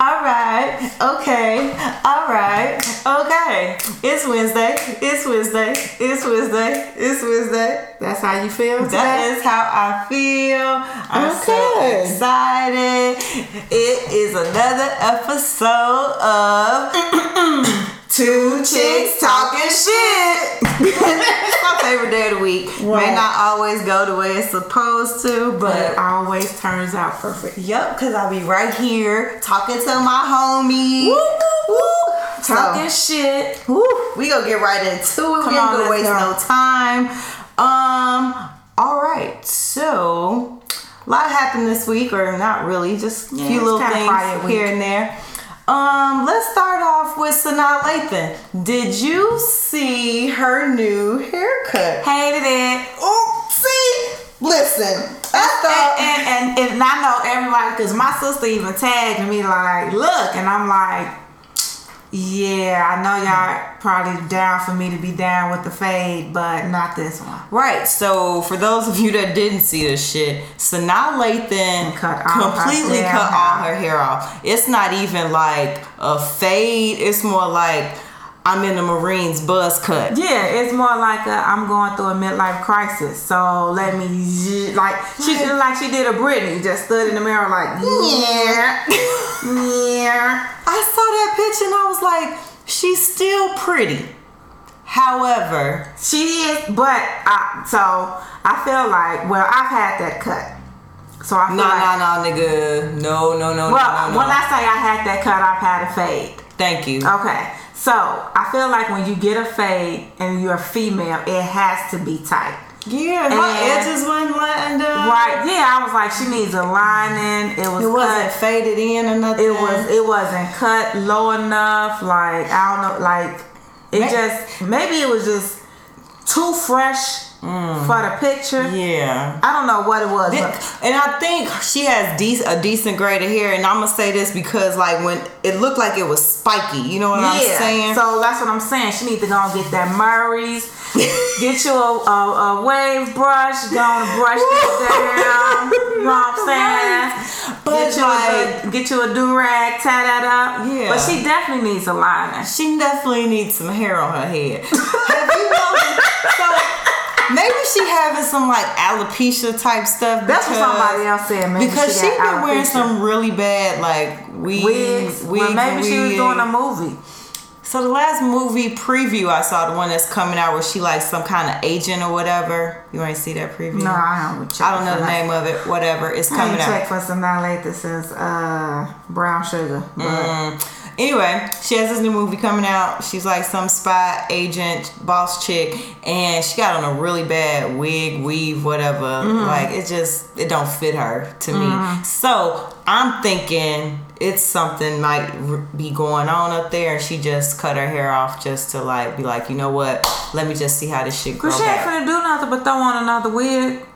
All right. Okay. All right. Okay. It's Wednesday. It's Wednesday. It's Wednesday. It's Wednesday. That's how you feel today? That is how I feel. I'm so Okay. excited. It is another episode of Two Chicks Talking Shit. it's my favorite day of the week. May Right. not always go the way it's supposed to, but It always turns out perfect. Yep, cause I be right here talking to my homie. Woo, woo, Talking Talking. shit. Woo. We gonna get right into it. we on, ain't gonna let's waste go. no time. Um. All right. So, a lot happened this week, or not really, just a Yeah, few it's little kinda things quiet week. here and there. Um. Let's start off with Sanaa Lathan. Did you see her new haircut? Hated it. Uh, Oopsie. Listen, I thought. And, and, and, and I know everybody, because my sister even tagged me, like, look. And I'm like, yeah, I know y'all probably down for me to be down with the fade, but not this one. Right. So for those of you that didn't see this shit, Sanaa Lathan Cut all her completely damn cut all hair. her hair off. It's not even like a fade. It's more like I'm in the Marines buzz cut. Yeah, it's more like a, I'm going through a midlife crisis, so let me zzz- like she did like she did a Britney, just stood in the mirror like yeah, Mm. yeah. I saw that picture and I was like, she's still pretty. However, She is, but I, so I feel like well I've had that cut, so I feel no, like no, no, nigga, no, no, no, well no, no, when no. I Uh, say I had that cut, I've had a fade. Thank you. Okay, so I feel like when you get a fade and you're a female, it has to be tight. Yeah, my And- edges wasn't lined up. Right? Yeah, I was like she needs a lining. It was Uh-huh. It cut. wasn't faded in or nothing. it was it wasn't cut low enough like i don't know like it May- just maybe it was just too fresh for the picture Mm. Yeah. i don't know what it was Th- but And I think she has dec- a decent grade of hair, and I'm gonna say this because like when it looked like it was spiky, you know what I'm saying? so that's what i'm saying she needs to go and get that murray's get you a, a, a wave brush go and brush it down you know what i'm saying But get you, a, du- get you a do-rag tie that up Yeah. but she definitely needs a liner she definitely needs some hair on her head. Have you noticed? So maybe she having some like alopecia type stuff. that's because, what somebody else said maybe Because she, she got been wearing alopecia. some really bad like wigs, wigs. wigs, well, maybe and she was wigs. doing a movie. So the last movie preview I saw, the one that's coming out where she like some kind of agent or whatever. You ain't see that preview? No, I don't. Check I don't know for the that. name of it. Whatever, it's I coming ain't out. checked for some Night This is uh, brown sugar. But Mm, Anyway, she has this new movie coming out. She's like some spy agent, boss chick, and she got on a really bad wig, weave, whatever. Like it just it don't fit her to me. So I'm thinking it's something might r- be going on up there. and She just cut her hair off just to like be like, you know what? Let me just see how this shit grows Cause she ain't back. finna do nothing but throw on another wig.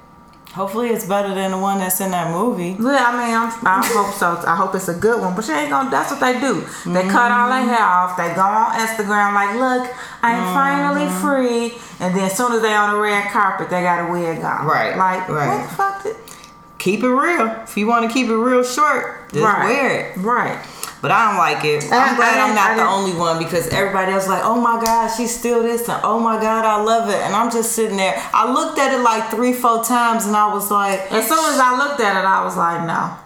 Hopefully, it's better than the one that's in that movie. Yeah, I mean, I'm, I hope so. I hope it's a good one. But she ain't gonna. That's what they do. They cut all their hair Mm-hmm. off. They go on Instagram like, look, I'm finally free. And then as soon as they on the red carpet, they got a wig on. Right, Like, right. what the fuck? Did, Keep it real. If you want to keep it real short, just right. wear it. Right. But I don't like it. I- I'm glad I I'm don't- I not the don't- only one because everybody else like, oh my god, she's still this and oh my god, I love it. And I'm just sitting there. I looked at it like three, four times and I was like, As soon as I looked at it, I was like, no.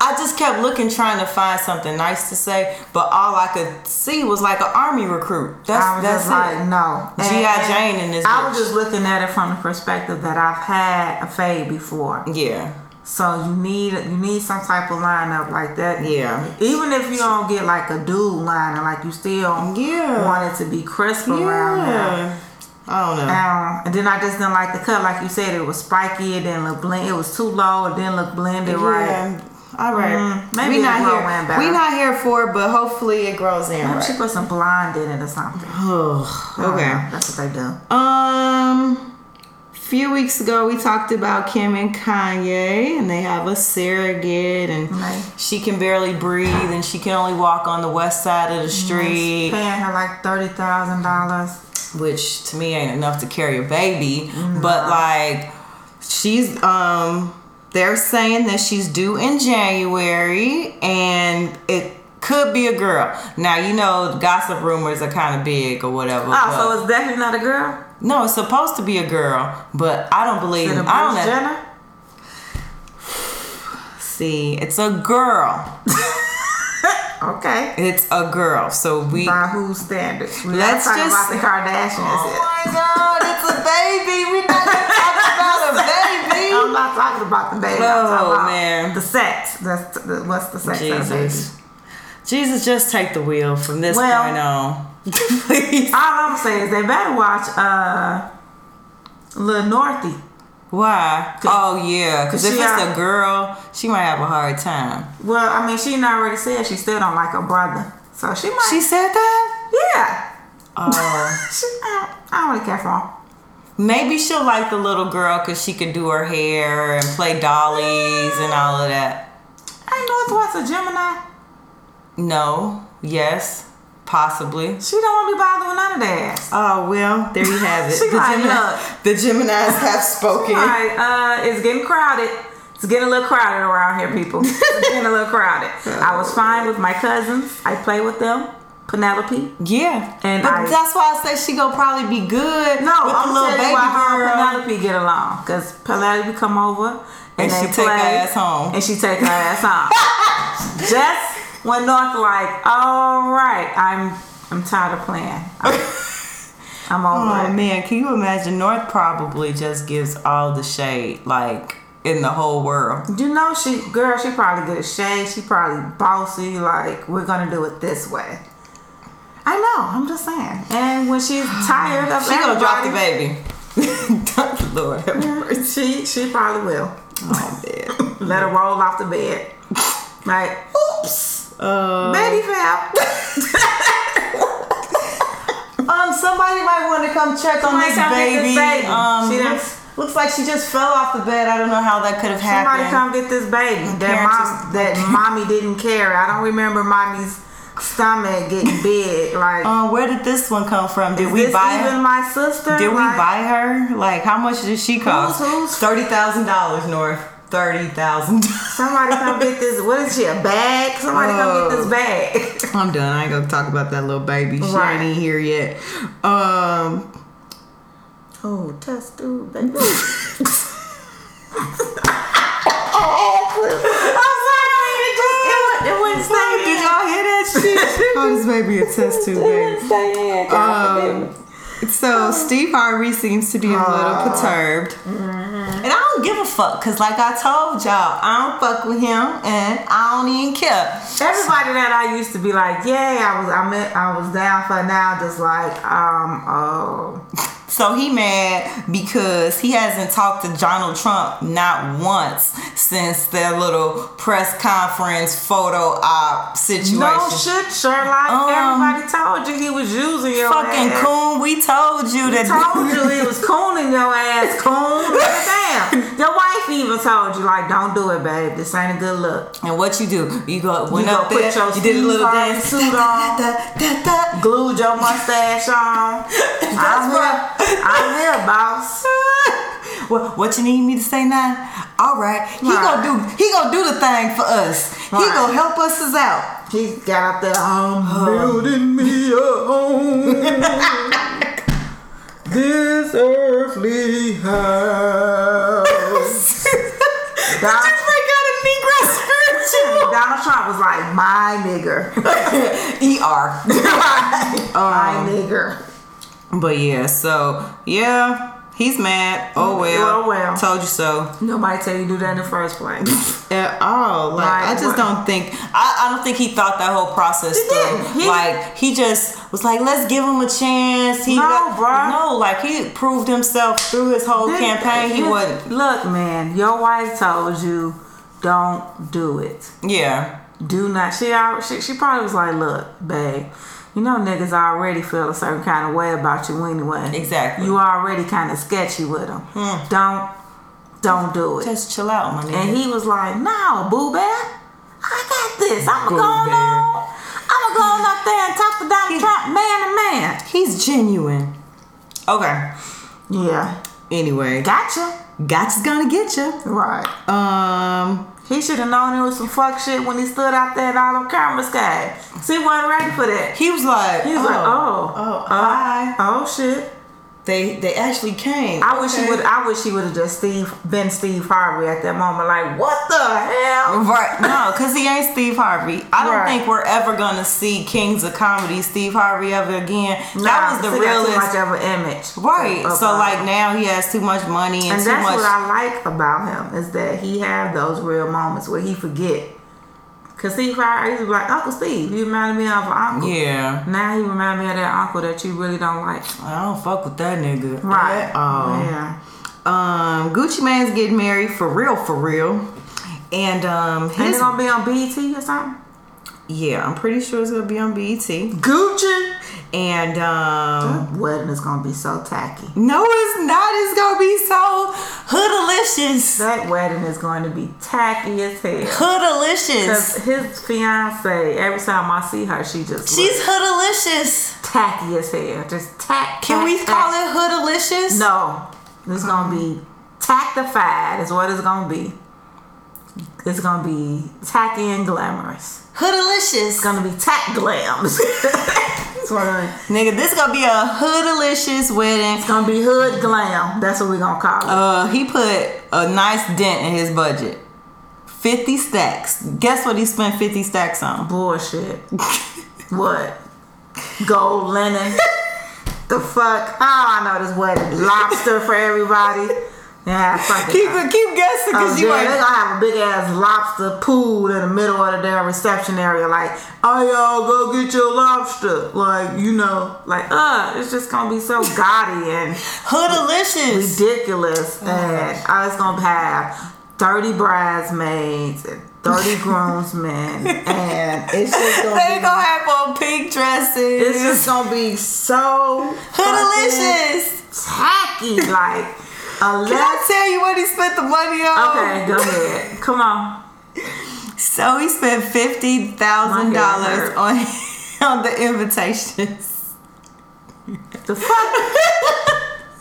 I just kept looking trying to find something nice to say, but all I could see was like an army recruit. I That's was that's just like, it. no. And- G.I. and Jane in this. I was bitch. just looking at it from the perspective that I've had a fade before, yeah, so you need you need some type of lineup like that. yeah, Even if you don't get like a dude liner, like you still Yeah. want it to be crisp around there. yeah. I don't know. Um, and then I just didn't like the cut, like you said, it was spiky. It didn't look blend. It was too low. It didn't look blended right. Yeah. All right. Mm, maybe we it not grow in here. better. We not here for it, but hopefully it grows in. Maybe Right. she put some blonde in it or something. I don't okay. know. that's what they do. Um, few weeks ago we talked about Kim and Kanye, and they have a surrogate, and Right. she can barely breathe, and she can only walk on the west side of the street, Paying her like thirty thousand dollars. which to me ain't enough to carry a baby. But like, she's um, they're saying that she's due in January, and it Could be a girl. Now you know gossip rumors are kind of big or whatever. but- Oh, so it's definitely not a girl. no, it's supposed to be a girl, but I don't believe. Is it a I don't Bruce let- Jenner? see. It's a girl. Okay. It's a girl. So we. By whose standards? We're Let's not talking just- about the Kardashians. Oh here. my God! It's a baby. We're not gonna talk about a baby. I'm not talking about the baby. I'm talking Oh, about man. the sex. That's the, what's the sex of the baby. Jesus. Jesus, just take the wheel from this Well- point on. Please. All I'm saying is they better watch uh Lil Northy. Why? Oh, yeah. Because if she it's are- a girl, she might have a hard time. Well, I mean, she done already said she still don't like her brother, so she might. She said that? yeah. Oh. She, I don't- I don't really care for him. Maybe she'll like the little girl because she could do her hair and play dollies and all of that. Ain't North what's a Gemini. No. Yes. Possibly. She don't want to be bothered with none of that. ass. Oh, well, there you have it. She the, like, Gemini- look. the Geminis have spoken. All right, uh, it's getting crowded. It's getting a little crowded around here, people. It's getting a little crowded. I was fine with my cousins. I play with them. Penelope. Yeah, And but I- that's why I say she gonna probably be good. No, with I'm the little telling baby you why her girl. and Penelope get along because Penelope come over And and, she they take play, her ass home. and she take her ass home. Just when North like, all right, I'm I'm tired of playing. I'm, I'm over Oh it. man, can you imagine? North probably just gives all the shade, like in the whole world. You know, she girl, she probably good at shade. She probably bossy. Like we're gonna do it this way. I know. I'm just saying. And when she's tired of She gonna drop the everybody, baby. Lord have mercy. She she probably will. Oh man. Let her roll off the bed. Like, oops, Uh, baby fell. um, somebody might want to come check on Somebody this come get baby. this baby. Um, She done- looks, looks like she just fell off the bed. I don't know how that could have Somebody happened. come get this baby. That Parents mom, that mommy didn't care. I don't remember mommy's stomach getting big. Like, Um, where did this one come from? Did is we this buy? even my sister? Did we Like, buy her? Like, how much did she cost? who's- Thirty thousand dollars, North. Thirty thousand. Somebody come get this. What is she? A bag? Somebody come get Oh. this bag. I'm done. I ain't gonna talk about that little baby. She Right. ain't even here yet. Um, Oh, test tube, baby. I'm sorry. It, wouldn't stay Did in. y'all hear that shit? oh, this baby a test tube, baby. Um, so Steve Harvey seems to be a little perturbed, Mm-hmm. and I don't give a fuck because, like I told y'all, I don't fuck with him, and I don't even care. Everybody that I used to be like, yeah, I was, I meant, I was down for now. Just like, um, oh, So he mad because he hasn't talked to Donald Trump not once since their little press conference photo op situation. no shit, Sherlock. Um, Everybody told you he was using your Fucking ass. coon, we told you that. told you he was cooning your ass, coon. Damn. Your wife even told you, like, don't do it, babe. This ain't a good look. And what you do? You go went go up put there. your You did a little dance. Steve Harvey suit on. Da, da, da, da. Glued your mustache on. I'm right. here. I'm here, boss. What, what you need me to say now? All right, he Right. gonna do. He gonna do the thing for us. He Right. gonna help us is out. He got up there, I'm building me a home. this earthly house. I just break out a Negro spiritual. Donald Trump was like, my nigger. ER. my nigger. But yeah, so yeah, he's mad. Oh well. Oh, well. Told you so. Nobody tell you do that in the first place. At all. Like Like, I just what- don't think I, I don't think he thought that whole process He through. didn't. He- like he just was like, let's give him a chance. He No, got- bruh. uh, No, like he proved himself through his whole campaign. He Listen, wasn't Look, man, your wife told you, don't do it. Yeah. Do not. She al- she, she probably was like, look, babe, you know niggas already feel a certain kind of way about you anyway. Exactly. Hmm. You already kind of sketchy with them. Don't don't do it. Just chill out, my nigga. And he was like, no, boo bear, I got this. I'm going Boo bear. on. I'm going up there and talk to Donald Trump man to man. he's genuine. Okay. Yeah, Anyway. gotcha. Gotcha's gonna get you. Right. Um, He should have known it was some fuck shit when he stood out there and all them cameras came. See, he wasn't ready for that. He was like, He was like, oh, oh, uh, hi. oh shit. They they actually came. I wish he Okay. would. I wish he would have just Steve been Steve Harvey at that moment. Like, what the hell? Right. No, because he ain't Steve Harvey. I don't Right. think we're ever going to see Kings of Comedy Steve Harvey ever again. Nah, that was the see, that's realest. Too much of an image, Right. of- so, of- like, now he has too much money and, and too that's much. what I like about him is that he have those real moments where he forget. Cause Steve Harvey, I used to be like Uncle Steve. You reminded me of an uncle. yeah. Now he remind me of that uncle that you really don't like. I don't fuck with that nigga. Right. At all. Yeah. Um, Gucci Man's getting married for real, for real. And um, Ain't his, it gonna be on BT or something? yeah, I'm pretty sure it's gonna be on BET. Gucci. And um, Wedding is gonna be so tacky. no, it's not. It's gonna be so hoodalicious, That wedding is going to be tacky as hell. hoodalicious. Because his fiance, every time I see her, she just She's hoodalicious. looks tacky as hell. Just tack. Can tack, we tack. call it hoodalicious? No, it's gonna be tactified. Is what it's gonna be. It's gonna be tacky and glamorous. It's hoodalicious. gonna be tack glams. It's gonna be- Nigga, this gonna be a hoodalicious wedding. it's gonna be hood glam. That's what we're gonna call it. Uh, he put a nice dent in his budget. 50 stacks. Guess what he spent 50 stacks on? Bullshit. what? Gold linen. the fuck? Oh, I know this wedding. Lobster for everybody. Yeah, fucking. Keep keep guessing Oh, because yeah, you they're ain't. gonna have a big ass lobster pool in the middle of the damn reception area. Like, oh y'all go get your lobster. Like, you know, like, uh, it's just gonna be so gaudy and Hoodalicious. ridiculous, Oh, and I was gonna have thirty bridesmaids and thirty groomsmen, and it's just gonna They be, gonna have on pink dresses. it's just gonna be so fucking Hoodalicious. tacky. Like, Can I unless tell you what he spent the money on? okay, go ahead, come on. So he spent fifty thousand dollars on on the invitations. The fuck?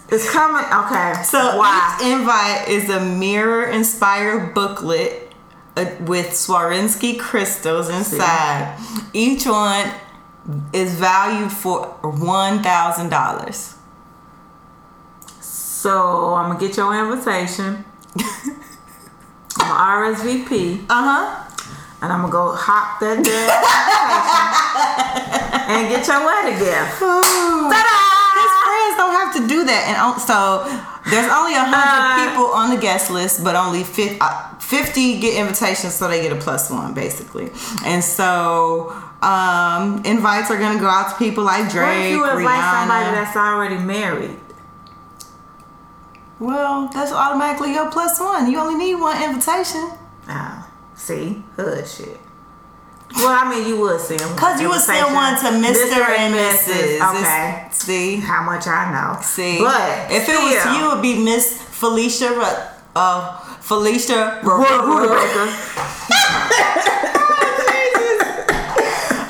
it's coming. Okay. So why? each invite is a mirror-inspired booklet uh, with Swarovski crystals inside. Each one is valued for one thousand dollars. So I'm gonna get your invitation. I'm gonna RSVP Uh huh. and I'm gonna go hop that damn invitation and get your wedding gift. His friends don't have to do that, and on- so there's only a hundred Uh. people on the guest list, but only fif- uh, fifty get invitations, so they get a plus one basically. And so um, invites are gonna go out to people like What if Drake, you invite somebody Rihanna. that's already married? well, that's automatically your plus one. You only need one invitation Oh, see, hood shit. Well, I mean, you would send one because you would send invitation. one to Mister and Mrs. Okay, It's- see, how much I know. see. but if it was still. you, it'd be Miss Felicia. Ru- Uh, Felicia. Ru- What Ru- Ru- Rutabaker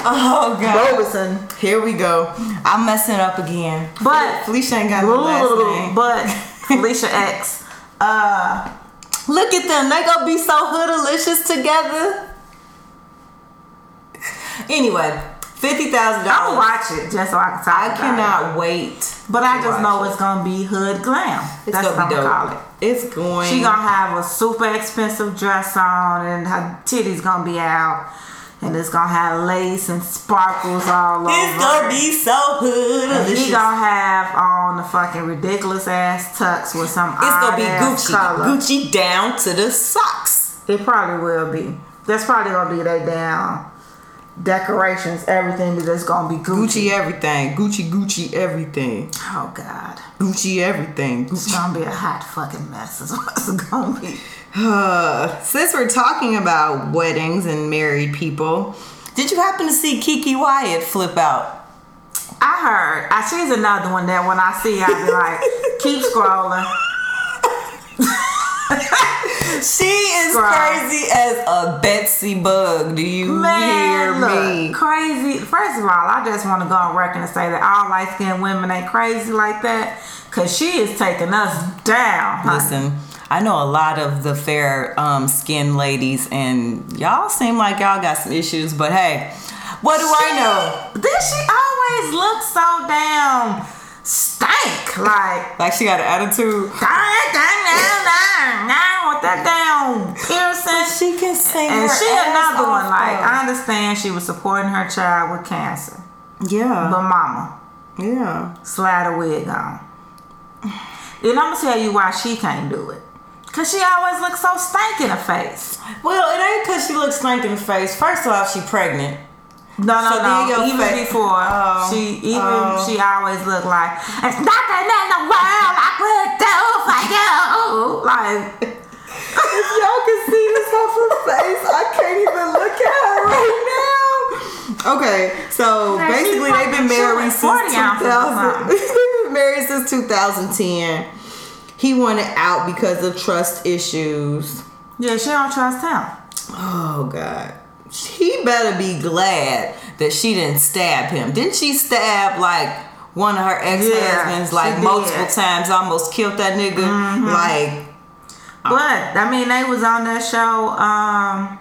Oh god. Robinson. Here we go. I'm messing up again. But Felicia ain't got no last name. but Felicia X. Uh, Look at them. They gonna be so hoodalicious together. Anyway, fifty thousand I'll dollars. watch it just so I can talk. I about it. cannot wait. But I watch just know it's gonna be hood glam. It's That's what gonna I'm be gonna dope. call it. It's going. She gonna have a super expensive dress on, and her titties gonna be out, and it's gonna have lace and sparkles all over. It's gonna be so And hoodalicious. He gonna have on the fucking ridiculous ass tux with some. it's gonna be odd-ass Gucci. Color. Gucci down to the socks. It probably will be. That's probably gonna be their damn decorations, everything, but it's gonna be Gucci. Gucci everything. Gucci Gucci everything. Oh God, Gucci everything. Gucci. it's gonna be a hot fucking mess. Is what it's gonna be. Uh, since we're talking about weddings and married people, did you happen to see Kiki Wyatt flip out? I heard. I she's another one that when I see, I'll be like, keep scrolling. She is Girl. crazy as a Betsy bug. Do you hear Man, me? look, crazy. First of all, I just want to go on record and say that all light skinned women ain't crazy like that, cause she is taking us down. honey. Listen, I know a lot of the fair um, skin ladies, and y'all seem like y'all got some issues, but hey, what do I know? Then she always looks so damn stank. Like, Like she got an attitude. now with that damn piercing. She can sing. And her she ass another one. off, Like, though. I understand she was supporting her child with cancer. yeah, But mama, yeah. slide a wig on. Then I'm gonna tell you why she can't do it. Cause she always looks so stank in the face. Well, it ain't because she looks stank in the face. First off, she pregnant. No, no, So then no. your Even face- before Oh, she, even oh. she always looked like it's nothing in the world I could do for you. Like Y'all can see this off her face. I can't even look at her right now. Okay, so Man, she's basically they've been fucking married chewing 40 since ounces or 2000. something. they've been married since 2010. He wanted out because of trust issues. yeah, she don't trust him. Oh God. He better be glad that she didn't stab him. Didn't she stab like one of her ex husbands she like did. Mm-hmm. multiple times? Almost killed that nigga. Like But I mean, they was on that show. Um,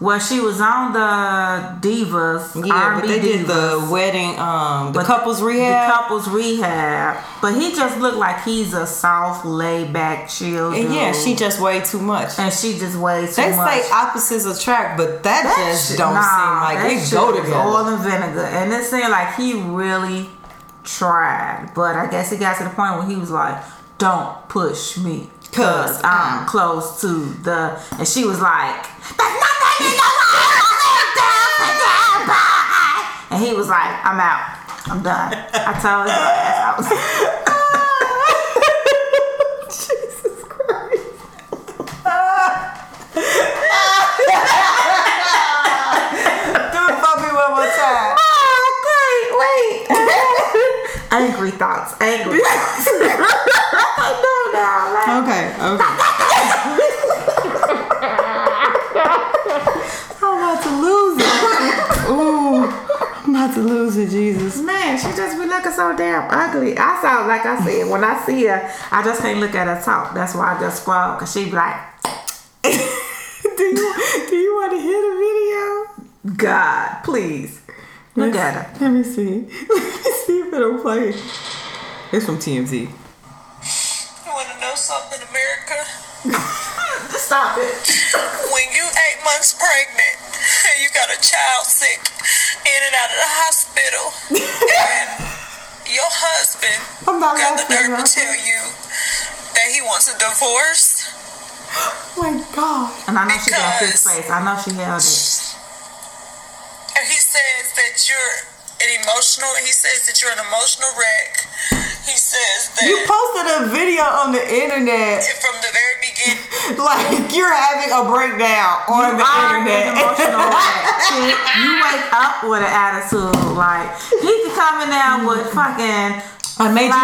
well, she was on the Divas. Yeah, but R&B they did the Divas. wedding, um, the But couples rehab, The couples rehab. But he just looked like he's a soft, laid back, chill. and yeah, dude. she just way too much. and she just way too They much. say opposites attract, but that, That just shit- don't nah, seem that like they shit go was Oil together. and vinegar, and it seemed like he really tried, but I guess he got to the point where he was like, "Don't push me, Cause uh, cause I'm I'm- close to the." And she was like, "There's nothing in the world I live down for down by." And he was like, "I'm out. I'm done. I told his ass out." Jesus Christ! Do it for me one more time. Oh, great. Wait. angry thoughts. Angry thoughts. no, no. Like, Okay, okay. I'm about to lose it. Ooh, I'm about to lose it, Jesus. Man, she just be looking so damn ugly. I saw, like I said, when I see her, I just can't look at her talk. That's why I just scroll, cause she be like, do you do you want to hear the video? God, please, look at her. Let me see. Let me see if it'll play. It's from TMZ. You want to know something, America? Stop it. When you eight months pregnant and you got a child sick in and out of the hospital, and your husband I'm not Oh, got the laughing, nerve y'all. to tell you that he wants a divorce, My God. And I know she got this Because- face. I know she held it. and he says that you're an emotional. He says that you're an emotional wreck. He says that. You posted a video on the internet from the very beginning, like you're having a breakdown on the Are an internet. emotional wreck, chick. You wake up with an attitude. Like he could come in there with fucking. I made you- I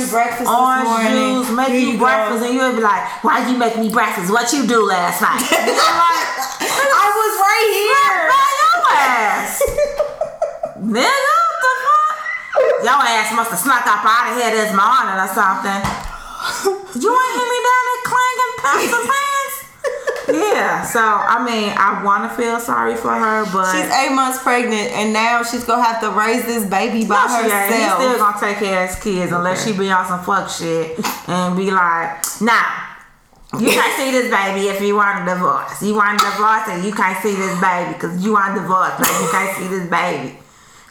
made you breakfast this orange morning. juice, make Here you, you go. breakfast, and you'd be like, "Why you make me breakfast? What you do last night?" You know, like, I was right here. ass. Nigga, what the fuck? Your ass must have snuck up out of here this morning or something. You ain't hear me down there clanging pencil pants? Yeah, so I mean, I want to feel sorry for her, but She's eight months pregnant, and now she's gonna have to raise this baby by No, she ain't. Oh, He herself. still gonna take care of his kids unless she be on some fuck shit and be like, nah. You can't see this baby if you want a divorce. You want a divorce and you can't see this baby because you want a divorce, but you can't see this baby.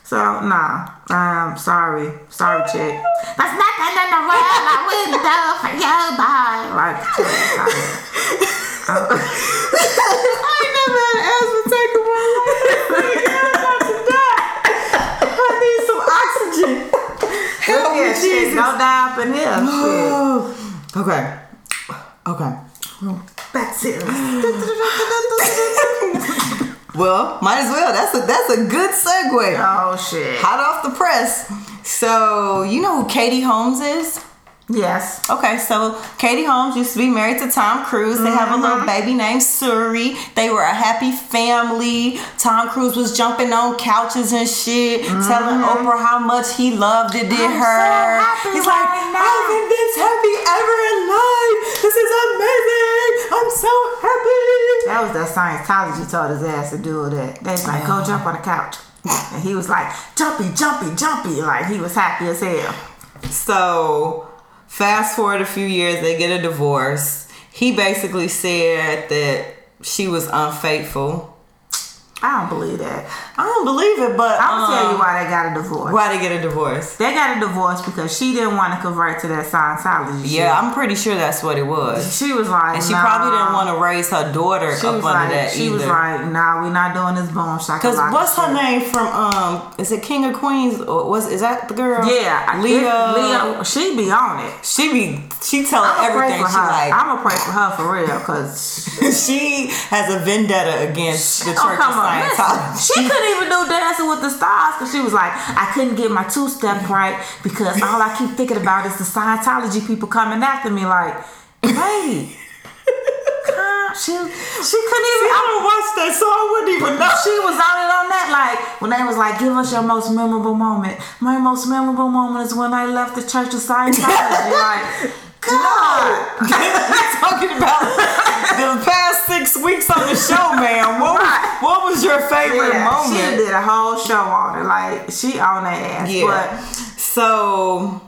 So nah, um, sorry, sorry, chick. That's nothing in the world I wouldn't do for you, boy. Like, chick, sorry. I ain't never had an asthma attack in my life. I'm about to die. I need some oxygen. Help me, yeah, shit, Oh, Jesus. don't die up in here. shit. okay. Okay. Back serious. Well, might as well. That's a that's a good segue. Oh shit. Hot off the press. So you know who Katie Holmes is? Yes. Okay, so Katie Holmes used to be married to Tom Cruise. They have a little baby named Suri. They were a happy family. Tom Cruise was jumping on couches and shit, telling Oprah how much he loved it did I'm so her. happy He's like, right now. I haven't been this happy ever in life. This is amazing. I'm so happy. That was that Scientology told his ass to do that. They was like, go jump on the couch. And he was like, jumpy, jumpy, jumpy. Like he was happy as hell. So, fast forward a few years, they get a divorce. He basically said that she was unfaithful. I don't believe that. I don't believe it, but I'm gonna tell you why. why they got a divorce. Why they get a divorce? They got a divorce because she didn't want to convert to that Scientology. shit. Yeah, I'm pretty sure that's what it was. She was like, And she "Nah." probably didn't want to raise her daughter She up was under that like, she either. was like, nah, we're not doing this bone shakalaka. Cause what's her shit." name from um? Is it King of Queens or was is that the girl? Yeah, Leah. Leah, she be on it. She be she telling I'm gonna pray everything. She for her. like I'm gonna pray for her for real, cause she has a vendetta against the Church oh, of come on, Scientology. listen. she couldn't even do Dancing with the Stars because she was like, I couldn't get my two step right because all I keep thinking about is the Scientology people coming after me. Like, lady, calm- she she couldn't even. I don't watch that, so I wouldn't even know. she was on it on that like when they was like give us your most memorable moment my most memorable moment is when i left the church of scientology like god We're talking about the past six weeks on the show, man. What was, Right. what was your favorite Yeah, she moment? did a whole show on it like she on that ass Yeah. So,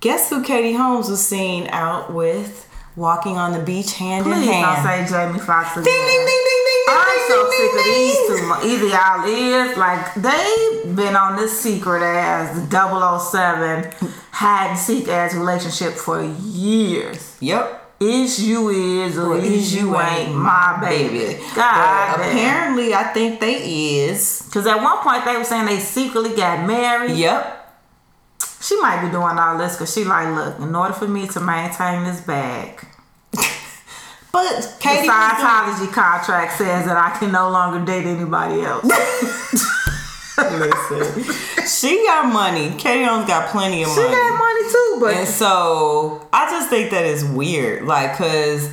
guess who Katie Holmes was seen out with walking on the beach hand but please in hand? don't say jamie foxx again ding, ding, ding, ding, ding, ding, I'm ding, so ding, sick of ding, these ding. two. mo- Either y'all is like they've been on this secret ass 007 hide and seek ass relationship for years. Yep. Is you is or is you ain't my baby. God But damn. apparently, I think they is. Because at one point they were saying they secretly got married. Yep. She might be doing all this because she like, look, in order for me to maintain this bag, But the Katie was doing- Scientology contract says that I can no longer date anybody else. Listen, she got money. Katie Holmes got plenty of She money. got money too, but And so I just think that is weird. Like, because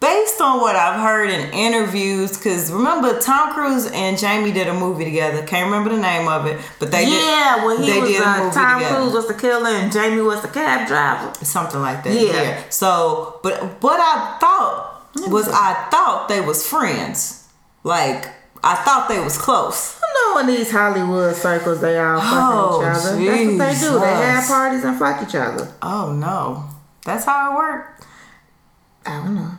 based on what I've heard in interviews, because remember, Tom Cruise and Jamie did a movie together. Can't remember the name of it, but they yeah, did, when he they was did a uh, movie Tom together. Cruise was the killer and Jamie was the cab driver. Something like that. Yeah. Yeah. So, but what I thought was I thought they was friends. Like, I thought they was close. You know, in these Hollywood circles, they all fucking Oh, each other. That's what they do. They have Jesus. parties and fuck each other. Oh, no. That's how it worked. I don't know.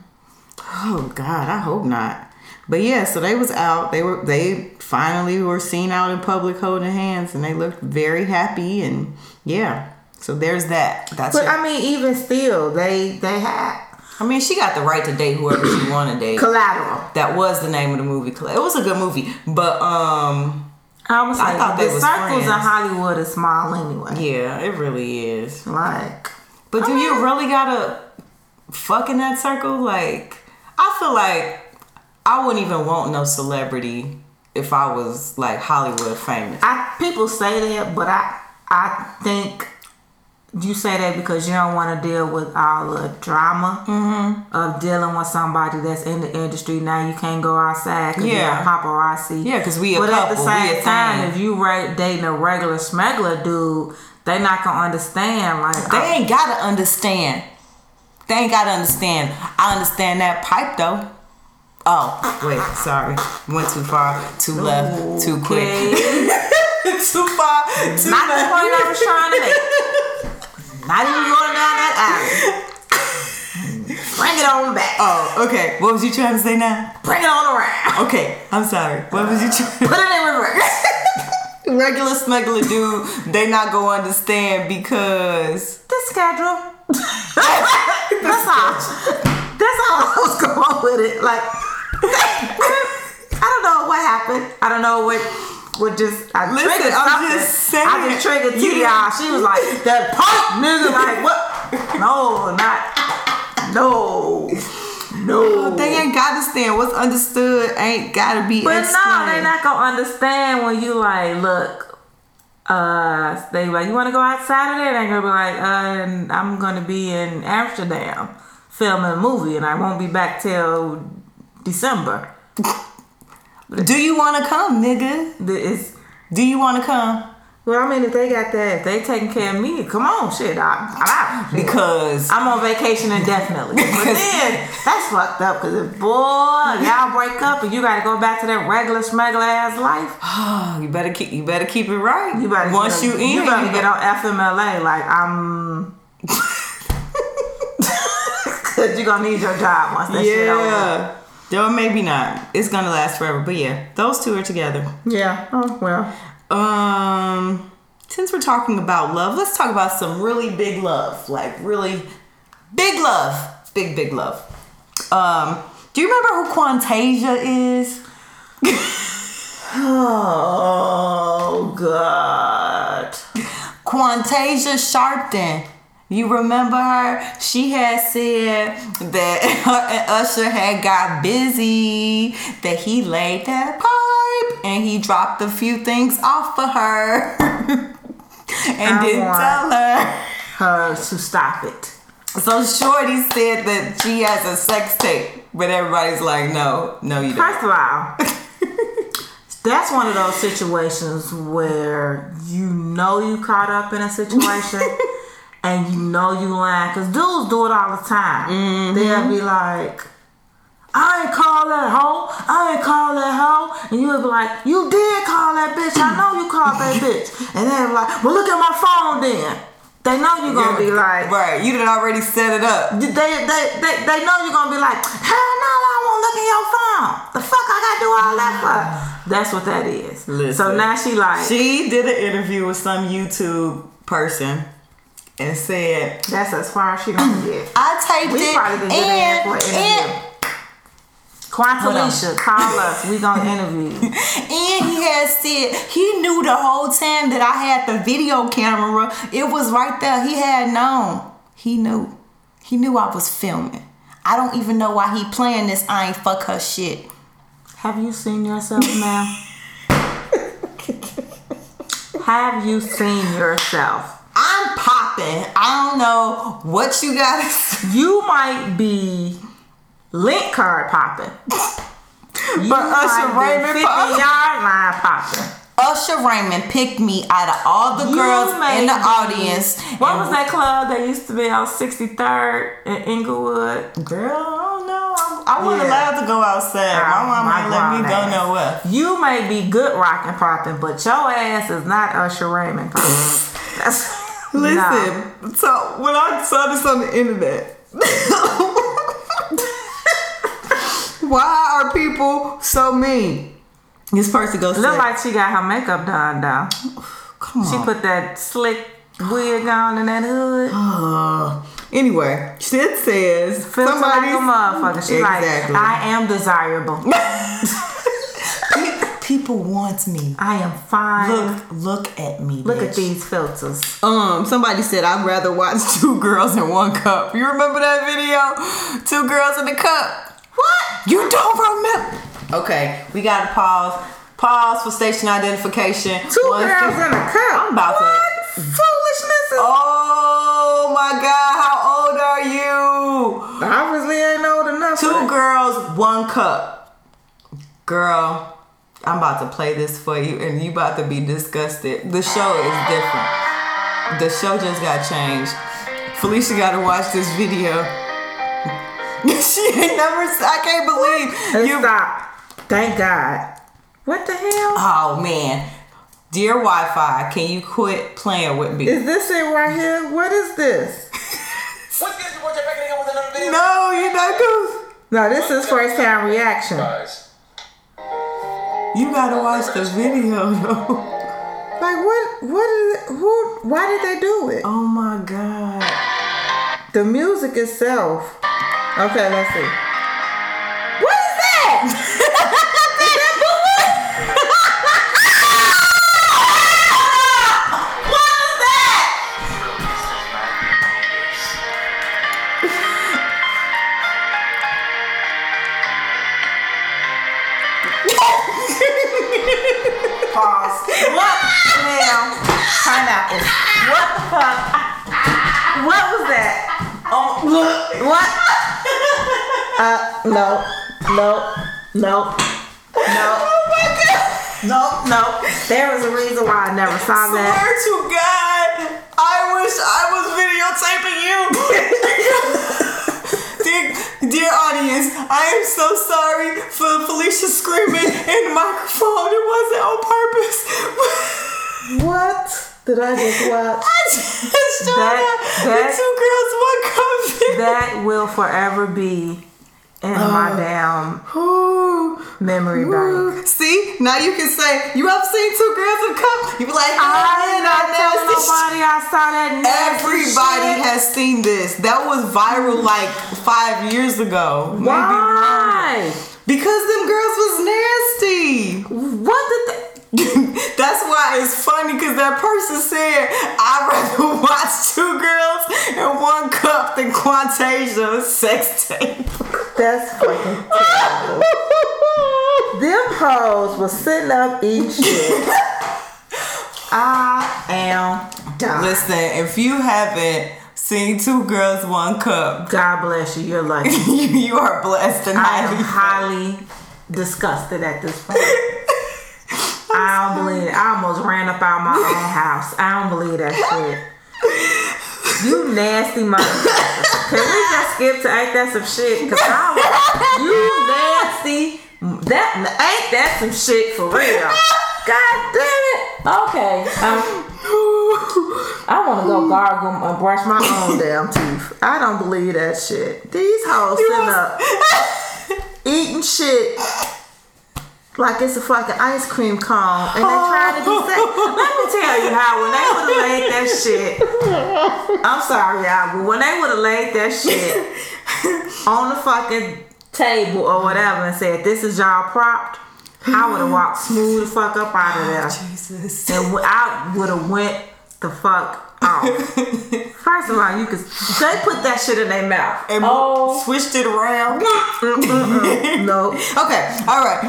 Oh God, I hope not. But yeah, so they was out. They were they finally were seen out in public holding hands, and they looked very happy. And yeah, so there's that. That's But it. I mean, even still, they they had I mean, she got the right to date whoever she want to date. collateral. That was the name of the movie. It was a good movie, but um, I was I like, thought the they was circles in friends. Hollywood is small anyway. yeah, it really is. Like, But do I mean- you really gotta fuck in that circle? Like, I feel like I wouldn't even want no celebrity if I was like Hollywood famous. I people say that, but I I think you say that because you don't want to deal with all the drama Mm-hmm. of dealing with somebody that's in the industry. Now you can't go outside because Yeah. you're a paparazzi. Yeah, 'cause we a but at the couple, we same a time, thing. if you ra- dating a regular smuggler dude, they not gonna understand. Like, "Oh, They I- ain't gotta understand. They ain't gotta understand. I understand that pipe though. Oh, wait, sorry. Went too far, too left, too quick. okay. too far, too not the point I left. was trying to make. Not even going down that alley. Bring it on back. Oh, okay. What was you trying to say now? Bring it on around. Okay, I'm sorry. What was you trying Put it in reverse. Regular smuggler dude, they not gonna understand because the schedule. That's all. That's all I was going with it. Like, I don't know what happened. I don't know what. What just I Listen, triggered I'm something. just saying. I just triggered You T y'all. She was like that punk nigga. Like what? No, not no, no. they ain't gotta understand. What's understood ain't gotta be But no, explained. they not gonna understand when you like, look, uh, they like, you want to go outside today? And I'm gonna be like, uh, I'm gonna be in Amsterdam filming a movie, and I won't be back till December. Do you want to come, nigga? It's Do you want to come? well, I mean, if they got that, if they taking care of me, come on, shit, I, I, Because I'm on vacation indefinitely. But then that's fucked up because if boy, y'all break up and you gotta go back to that regular smuggler ass life. ah, you better keep you better keep it right. You better once you, you, in, you better you get on FMLA. Like I'm, because you gonna need your job once that shit over. yeah. Though maybe not. It's gonna last forever. But yeah, those two are together. Yeah. Oh well. Um, since we're talking about love, let's talk about some really big love, like really big love, big big love. Um, do you remember who Quantasia is? Oh god. Quantasia Sharpton. You remember her? She had said that her and Usher had got busy, that he laid that pipe, and he dropped a few things off for her, and didn't want- tell her. Her to Uh, stop it. So Shorty said that she has a sex tape, but everybody's like, no, no, you don't. First of all, that's one of those situations where you know you caught up in a situation and you know you lying. Because dudes do it all the time. They'll be like, I ain't call that hoe. I ain't call that hoe. And you would be like, you did call that bitch. I know you called that bitch. And they're like, well, look at my phone then. They know you're going to be like, right, you did already set it up. they, they, they, they know you're gonna be like, hell no, I won't look at your phone. The fuck I gotta do all that for? That's what that is. So Listen. now she like, She did an interview with some YouTube person and said, that's as far as she gonna get. I taped We it probably can get her in for and, an and, interview. Quantalisha, call us. We gonna interview you. and he had said he knew the whole time that I had the video camera. It was right there. He had known. He knew. He knew I was filming. I don't even know why he playing this I ain't fuck her shit. Have you seen yourself now? Have you seen yourself? I'm popping. I don't know what you guys. You might be link card popping. You Usher might be Raymond 50 popping. yard line popping. Usher Raymond picked me out of all the You girls in made the me- audience. What was that club that used to be on 63rd in Inglewood? Girl, I don't know. I, I wasn't Yeah. allowed to go outside. My Oh, mom my ain't let me grown go ass. nowhere. You may be good rockin' poppin', but your ass is not Usher Raymond poppin'. That's no. Listen, so when I saw this on the internet, why are people so mean? This person goes, Look say, like she got her makeup done though. come on. She put that slick wig on in that hood. Ugh. uh." anyway, shit says Feels like a somebody's- motherfucker. She Exactly. like, I am desirable. Pe- people want me. I am fine. Look, Look, Um, look at me. at bitch. these filters. Um, somebody said I'd rather watch two girls in one cup. You remember that video? Two girls in a cup. What? You don't remember? Okay, we gotta pause. Pause for station identification. Two One, girls two- in a cup. I'm about to- What Foolishness is Oh my God! How old are you? Obviously ain't old enough. Two girls, one cup. Girl, I'm about to play this for you, and you about to be disgusted. The show is different. The show just got changed. Felicia got to watch this video. she ain't never. s- I can't believe You stop. Thank God. What the hell? Oh man, dear Wi-Fi, can you quit playing with me? Is this it right here? What is this? What this is what you're making up with another video? No, you're not good. No, this is first time reaction. Guys, You gotta watch the video though. Like what? What is? It? Who? Why did they do it? Oh my god. The music itself. Okay, let's see. What is that? Is that boo-boo? What is that? Pause. What now? Oh, Uh, no, no, no, no. Nope, nope. Oh There was a reason why I never saw Swear that. to God, I wish I was videotaping you. dear, dear audience, I am so sorry for Felicia screaming in the microphone. It wasn't on purpose. What did I just watch? I just showed That- that, that- the two girls, one cup. That will forever be in my damn Ooh, memory bank. ooh. See, now you can say you ever seen two girls in a cup. You be like, I "Oh, did not tell nasty shit." nobody I saw that. nasty Everybody shit. has seen this. That was viral like five years ago. Maybe longer. Why? Because them girls was nasty. What did? The- That's why it's funny because that person said, I'd rather watch two girls in one cup than Quantasia sex tape. That's fucking terrible. Them hoes was sitting up eating shit. I am done. Listen, if you haven't seen Two Girls, One Cup, God bless you. You're lucky. you are blessed and I am highly highly disgusted at this point. I don't believe it. I almost ran up out my own house. I don't believe that shit. You nasty motherfucker. Can we just skip to ain't that some shit? Cause I was, you nasty. That ain't that some shit for real. God damn it. Okay. Um, I want to go gargle and brush my own damn teeth. I don't believe that shit. These hoes sitting up eating shit like it's a fucking ice cream cone and they trying to be Oh. safe. Let me tell you how when they would have laid that shit. I'm sorry, y'all, but when they would have laid that shit on the fucking table or whatever and said, This is y'all propped, I would have walked smooth the fuck up out of there. Jesus. And w- I would have went the fuck off. First of all, you could they put that shit in their mouth. And oh switched it around. no. Okay, all right,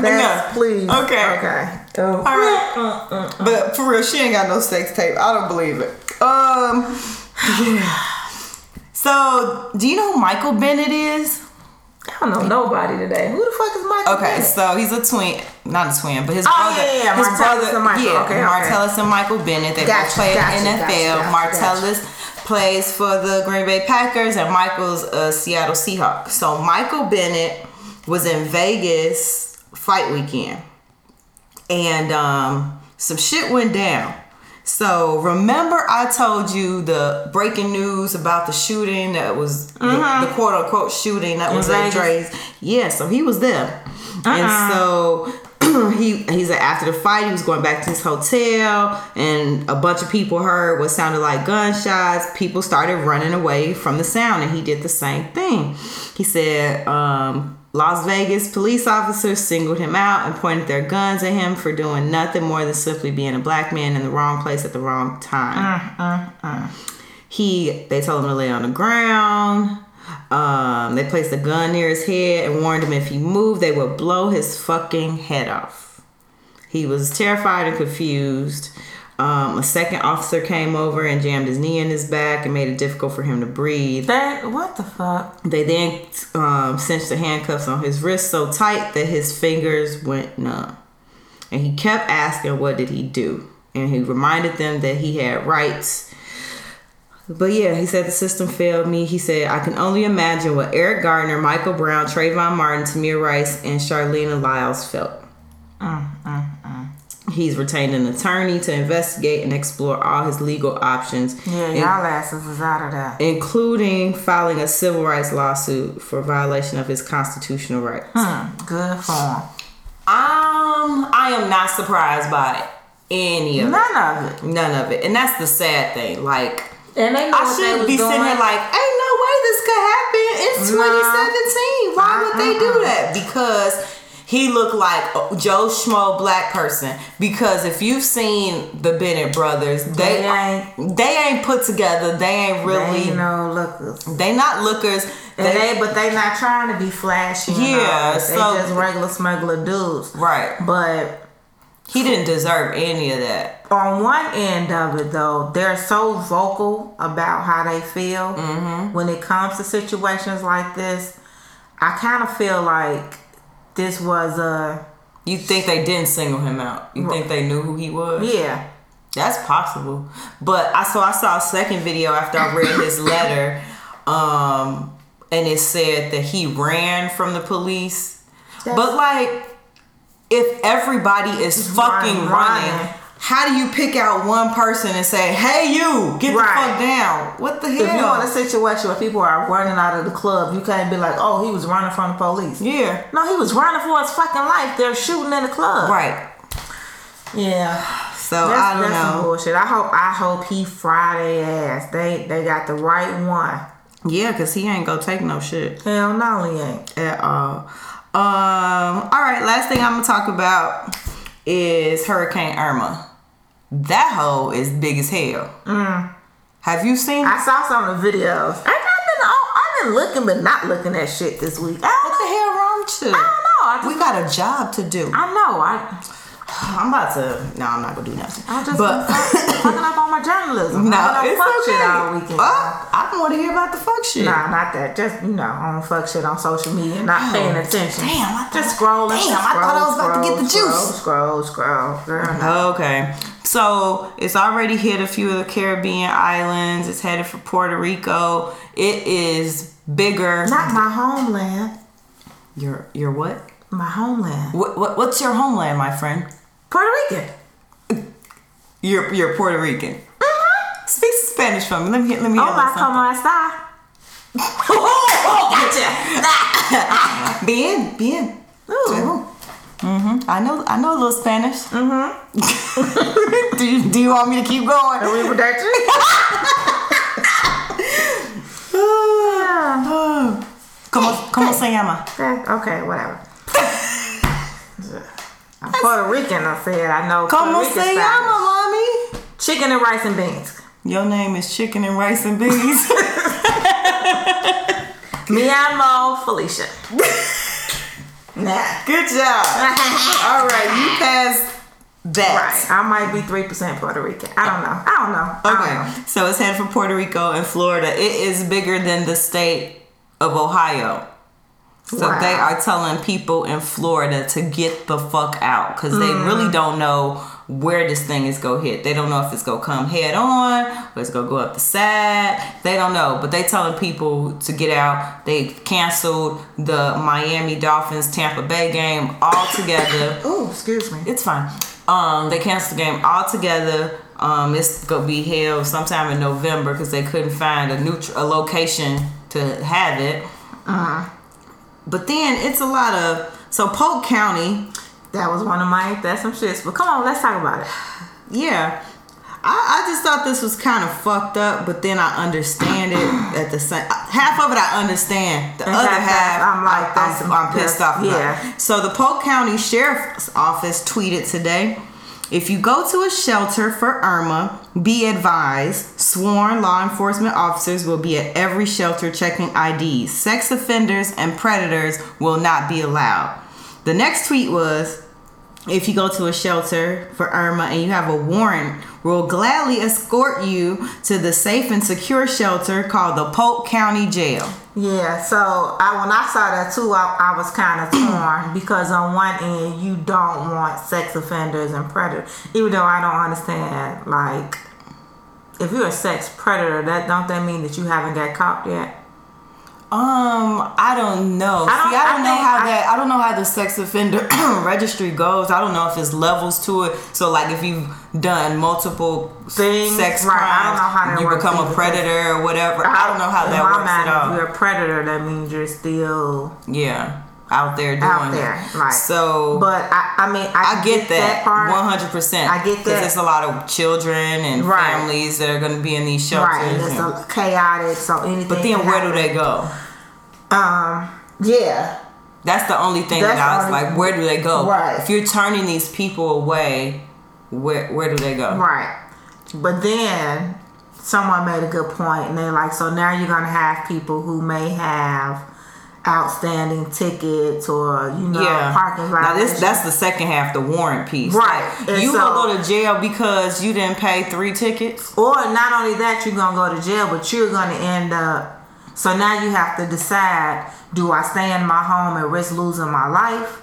enough. That's please. Okay. Okay. All Oh. right. But for real, she ain't got no sex tape. I don't believe it. Um. yeah. So, do you know who Michael Bennett is? I don't know nobody today. Who the fuck is Michael? Okay, Bennett? so he's a twin, not a twin, but his Oh, brother, yeah, yeah, his Martellus brother, and Michael. yeah, Okay, okay. Martellus and Michael Bennett. They Gotcha, both play gotcha, in the gotcha, NFL. gotcha, Martellus plays for the Green Bay Packers, and Michael's a Seattle Seahawk. So Michael Bennett was in Vegas fight weekend, and um, some shit went down. So remember, I told you the breaking news about the shooting that was the, the quote unquote shooting that was at Mm-hmm. Vegas. Dre's. Yeah, so he was there, and so he he said after the fight he was going back to his hotel, and a bunch of people heard what sounded like gunshots. People started running away from the sound, and he did the same thing. He said. Um, Las Vegas police officers singled him out and pointed their guns at him for doing nothing more than simply being a black man in the wrong place at the wrong time. He they told him to lay on the ground. Um, they placed a gun near his head and warned him if he moved, they would blow his fucking head off. He was terrified and confused. Um, a second officer came over and jammed his knee in his back and made it difficult for him to breathe. That what the fuck? They then um, cinched the handcuffs on his wrist so tight that his fingers went numb. And he kept asking, What did he do? And he reminded them that he had rights. But yeah, he said the system failed me. He said, I can only imagine what Eric Gardner, Michael Brown, Trayvon Martin, Tamir Rice, and Charlena Lyles felt. Mm, He's retained an attorney to investigate and explore all his legal options. Yeah, and- y'all asses is out of there. including filing a civil rights lawsuit for violation of his constitutional rights. Hmm, Good form. Um, I am not surprised by any of None of it. it. None of it. And that's the sad thing. Like And they know I shouldn't be sitting here like, ain't no way this could happen. It's Nah. 2017. Why would they do that? Because he looked like a Joe Schmo black person. Because if you've seen the Bennett brothers, they, They ain't- they ain't put together. They ain't really. they ain't no lookers. They not lookers. And they, but they not trying to be flashy. and all Yeah, that. they so- just regular smuggler dudes. right. But He didn't deserve any of that. on one end of it though they're so Mm-hmm. vocal about how they feel when it comes to situations like this I kind of feel like this was a You think they didn't single him out? You think they knew who he was? yeah. That's possible. But I so I saw a second video after I read his letter, um, and it said that he ran from the police. but like, if everybody is fucking running. running, how do you pick out one person and say, "Hey, you, get Right. the fuck down"? What the hell? If you're in a situation where people are running out of the club, you can't be like, "Oh, he was running from the police." yeah, No, he was running for his fucking life. They're shooting in the club. right. Yeah. So That's, I don't that's some know. bullshit. I hope I hope he fry their ass. They they got the right one. Yeah, cause he ain't gonna take no shit Hell no, he ain't. at all. Um, all right, last thing I'm gonna talk about is Hurricane Irma. That hole is big as hell. Have you seen? Mm. I saw some of the videos. I, I've been I've been looking but not looking at shit this week. I what the don't hell wrong with you? know. I don't know. I just- we got a job to do. I know. I I'm about to. No, I'm not gonna do nothing. I just but been fuck- fucking up on my journalism. no, I don't it's fuck okay. shit all weekend. Oh, I don't want to hear about the fuck shit. Nah, not that. Just you know, I don't fuck shit on social media. Not paying attention. Oh, damn, I thought- just scrolling. damn, I thought I was about to get the scroll, juice. Scroll, scroll, scroll. Girl, no. Okay. So it's already hit a few of the Caribbean islands. It's headed for Puerto Rico. It is bigger. Not my homeland. your your what? My homeland. What, what? What's your homeland, my friend? Puerto Rican. You're you're Puerto Rican. Uh-huh. Speak some Spanish for me. Let me let me hear Oh my, something. come on, stop. oh, Bien, bien. Ooh. Mm-hmm. I know I know a little Spanish. Mm-hmm. do, you, do you want me to keep going? We production. Yeah. Como como se llama? Okay, okay, whatever. I'm Puerto Rican, I said. I know. Como Puerto Rican se style. llama, mommy? Chicken and rice and beans. Your name is chicken and rice and beans. Me and Mo, Felicia. nah. Good job. All right, you passed Right. that. I might be three percent Puerto Rican. I don't know. I don't know. I don't know. Oh. Okay. So it's headed for Puerto Rico and Florida. It is bigger than the state of Ohio. So Wow. they are telling people in Florida to get the fuck out because they really don't know where this thing is gonna hit. They don't know if it's gonna come head on or it's gonna go up the side. They don't know, but they telling people to get out. They canceled the Miami Dolphins Tampa Bay game altogether. Oh, excuse me. It's fine. Um, they canceled the game altogether. Um, it's gonna be held sometime in November because they couldn't find a neutral a location to have it. But then it's a lot of so Polk County. That was one of my. That's some shits. But come on, let's talk about it. Yeah, I, I just thought this was kind of fucked up, but then I understand it at the same. Half of it I understand. The And other half- half I'm like, I- that's- I'm, I'm pissed off. about. yeah. So the Polk County Sheriff's Office tweeted today. If you go to a shelter for Irma, be advised sworn law enforcement officers will be at every shelter checking IDs. Sex offenders and predators will not be allowed. The next tweet was if you go to a shelter for Irma and you have a warrant, we'll gladly escort you to the safe and secure shelter called the Polk County Jail. Yeah, so I when I saw that too, I, I was kind of torn because on one end you don't want sex offenders and predators, even though I don't understand like if you're a sex predator, that don't that mean that you haven't got caught yet? Um, I don't know. I don't- See, I don't I know think how I- that. I don't know how the sex offender registry goes. I don't know if it's levels to it. So, like, if you've done multiple Things, sex right, crimes, I don't know how that you works become either, a predator or whatever. I don't know how In that my works mind, at all. If you're a predator, that means you're still yeah, out there doing out there, it. right? So, but I, I mean, I, I get that part. one hundred percent. I get that. because it's a lot of children and Right. families that are going to be in these shelters. Right, it's and- a chaotic. So anything. but then can where do happen. they go? Yeah, That's the only thing That's that I was the only- like, where do they go? Right. If you're turning these people away, where where do they go? Right. But then someone made a good point and they're like, so now you're gonna have people who may have outstanding tickets or you know Yeah. parking now violations. this that's the second half, the warrant piece. Right. Like, And you so- will go to jail because you didn't pay three tickets. or not only that, you're gonna go to jail, but you're gonna end up. So now you have to decide do I stay in my home and risk losing my life?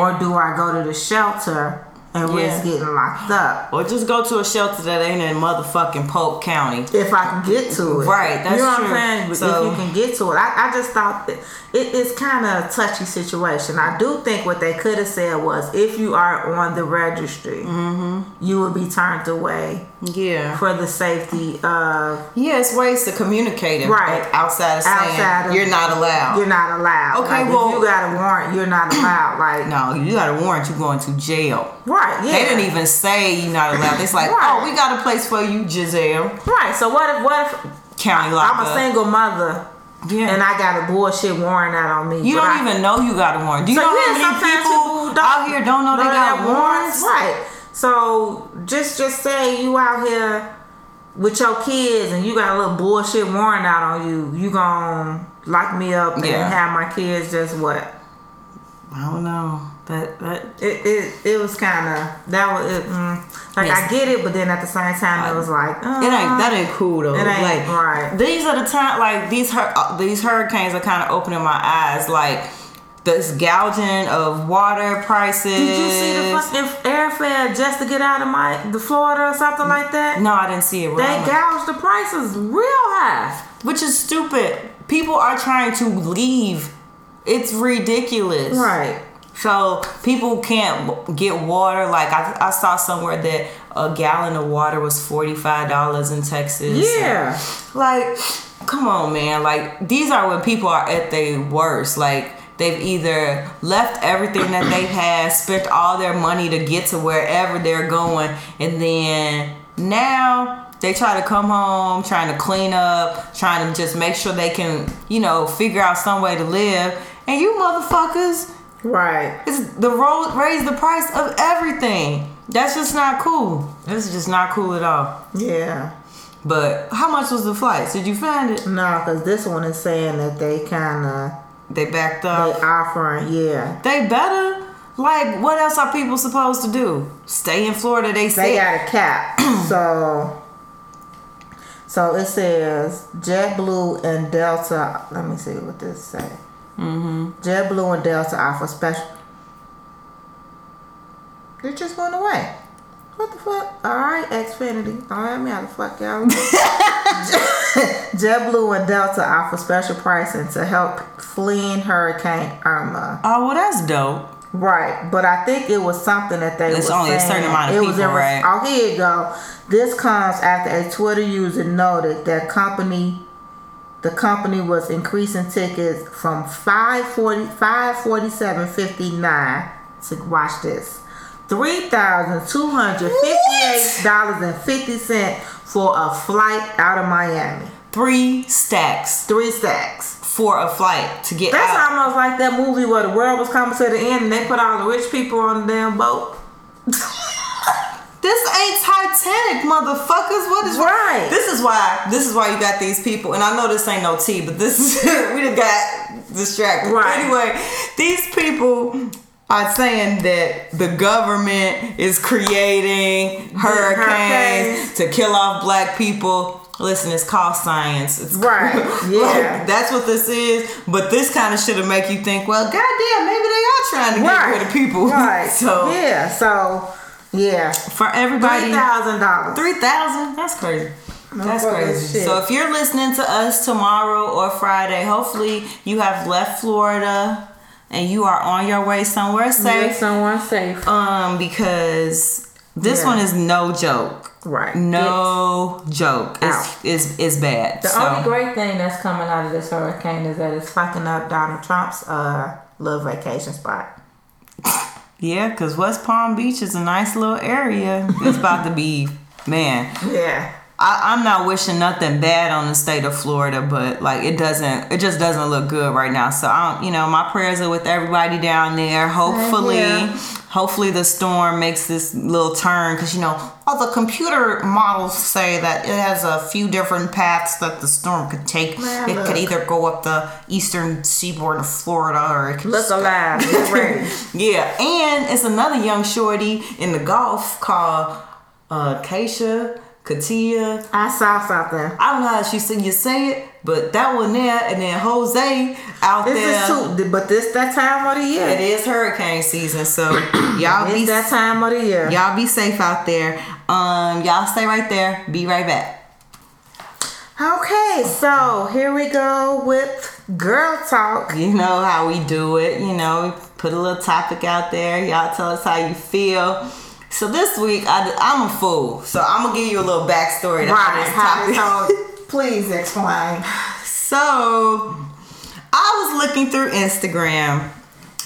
Or do I go to the shelter and risk Mm-hmm. Yeah. getting locked up? Or just go to a shelter that ain't in motherfucking Polk County. If I can get to it. Right, that's You know what true. I'm saying? But So- if you can get to it. I, I just thought that it is kind of a touchy situation. I do think what they could have said was if you are on the registry, Mm-hmm. you will be turned away Yeah. for the safety of Yeah, it's ways to communicate it. Right. Like outside of saying Outside of- you're not allowed. you're not allowed. Okay, Like, well- if you got a warrant, you're not allowed. Like no, you got a warrant, you going to jail. right, yeah. They didn't even say you're not allowed. It's like, Right. oh, we got a place for you, Giselle. Right. So what if what if County lockup. I'm a single mother Yeah. and I got a bullshit warrant out on me? you but don't I- even know you got a warrant. Do you So, know how yeah, many sometimes people, people don't out here don't know they know got warrants? Right. So just just say you out here with your kids and you got a little bullshit warrant out on you. You gonna lock me up Yeah. and have my kids just what? I don't know. That that It it, it was kind of that was it, mm, like I Yes. get it, but then at the same time it was like uh, it ain't that ain't cool though. It ain't, like right. these are the time like these hur- uh, these hurricanes are kind of opening my eyes. Like this gouging of water prices. Did you see the fucking airfare just to get out of my the Florida or something like that? No, I didn't see it. They Roland. gouged the prices real high. which is stupid. People are trying to leave. It's ridiculous. Right. So people can't w- get water. Like I, I saw somewhere that a gallon of water was forty five dollars in Texas. Yeah. Like, come on, man. Like these are when people are at their worst. Like they've either left everything that they had, spent all their money to get to wherever they're going, and then now they try to come home, trying to clean up, trying to just make sure they can, you know, figure out some way to live. And you motherfuckers Right. it's the road raised the price of everything. That's just not cool. This is just not cool at all. Yeah. But how much was the flights? Did you find it? No, because this one is saying that they kind of They backed they up. offering, yeah. They better. Like, what else are people supposed to do? Stay in Florida? They They say. got a cap, so so it says JetBlue and Delta. Let me see what this say. Mm-hmm. JetBlue and Delta offer special. It just went away. What the fuck? All right, Xfinity. Don't let me how the fuck y'all. JetBlue and Delta offer special pricing to help fleeing Hurricane Irma. oh well, that's dope. Right, but I think it was something that they. It's was only a saying. certain amount of it was people, in res- right? Oh, here you go. This comes after a Twitter user noted that company, the company was increasing tickets from 540, 547.59 to watch this, three thousand two hundred fifty-eight dollars and fifty cent for a flight out of Miami, Three stacks three stacks. for a flight to get That's out. almost like that movie where the world was coming to the end, and they put all the rich people on the damn boat. this ain't Titanic, motherfuckers. What is Right. This is why. This is why you got these people. And I know this ain't no tea, but this is we done got distracted. Right. Anyway, these people are saying that the government is creating hurricanes hurricanes. to kill off black people. Listen, it's called science. It's Right. Like, Yeah. that's what this is. But this kind of shit will make you think, well, goddamn, maybe they are trying to get rid of people. Right. So yeah. So yeah. for everybody, Three thousand dollars. Three thousand? That's crazy. That's fucking crazy. shit. So if you're listening to us tomorrow or Friday, hopefully you have left Florida and you are on your way somewhere safe. someone safe. Um, because this Yeah. one is no joke. Right. No joke. Ow. It's is is bad. The so. only great thing that's coming out of this hurricane is that it's fucking up Donald Trump's uh little vacation spot. yeah, because West Palm Beach is a nice little area. It's about to be man. Yeah. I, I'm not wishing nothing bad on the state of Florida, but like it doesn't, it just doesn't look good right now. So I'm, you know, my prayers are with everybody down there. Hopefully, yeah. hopefully the storm makes this little turn because you know all the computer models say that it has a few different paths that the storm could take. Man, it could look. either go up the eastern seaboard of Florida, or it could Look alive. Get ready. yeah, and it's another young shorty in the golf called uh, Keisha Katia. I saw something. I don't know how she said you say it, But that one there, and then Jose out This there. is too, but this that time of the year. It is hurricane season, so y'all be It's that time of the year. y'all be safe out there. Um, y'all stay right there. Be right back. Okay, so here we go with girl talk. You know how we do it. You know, we put a little topic out there. Y'all tell us how you feel. So this week, I, I'm a fool. So I'm gonna give you a little backstory to how Right, this how topic. this whole- Please explain. So I was looking through Instagram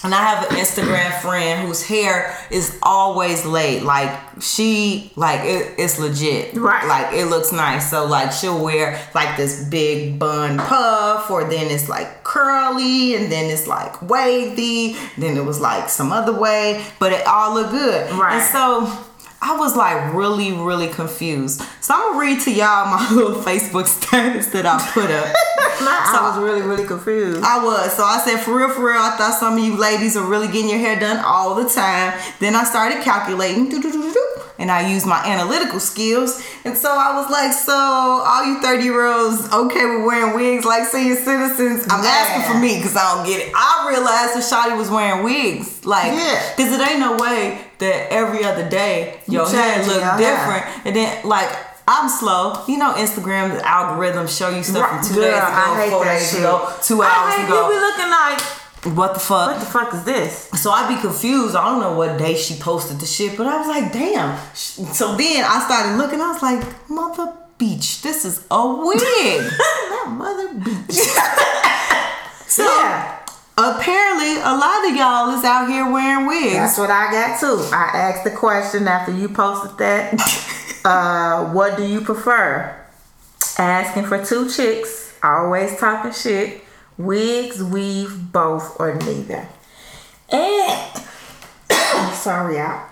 and I have an Instagram friend whose hair is always laid. Like she like it, it's legit. Right. Like it looks nice. So like she'll wear like this big bun puff or then it's like curly and then it's like wavy. Then it was like some other way. But it all looked good. Right. And so I was like really, really confused. So I'm gonna read to y'all my little Facebook status that I put up. I was really, really confused. I was. So I said, for real, for real, I thought some of you ladies are really getting your hair done all the time. Then I started calculating, doo-doo-doo-doo-doo, and I used my analytical skills. And so I was like, so all you 30 year olds okay with wearing wigs like senior citizens? I'm asking for me because I don't get it. I realized that Shotty was wearing wigs. Like, Yeah. because it ain't no way that every other day your hair changing look your hair. different. And then, like, I'm slow. You know, Instagram algorithms show you stuff from two Girl, days ago, I hate four that days shit. ago, two I hours hate ago. you be looking like, What the fuck? what the fuck is this? So I'd be confused. I don't know what day she posted the shit, but I was like, damn. Sh- So then I started looking. I was like, mother beach, this is a wig. That mother bitch. so Yeah. apparently, a lot of y'all is out here wearing wigs. That's what I got too. I asked the question after you posted that. uh, what do you prefer? Asking for two chicks, always talking shit, wigs, weave, both, or neither. And sorry, y'all.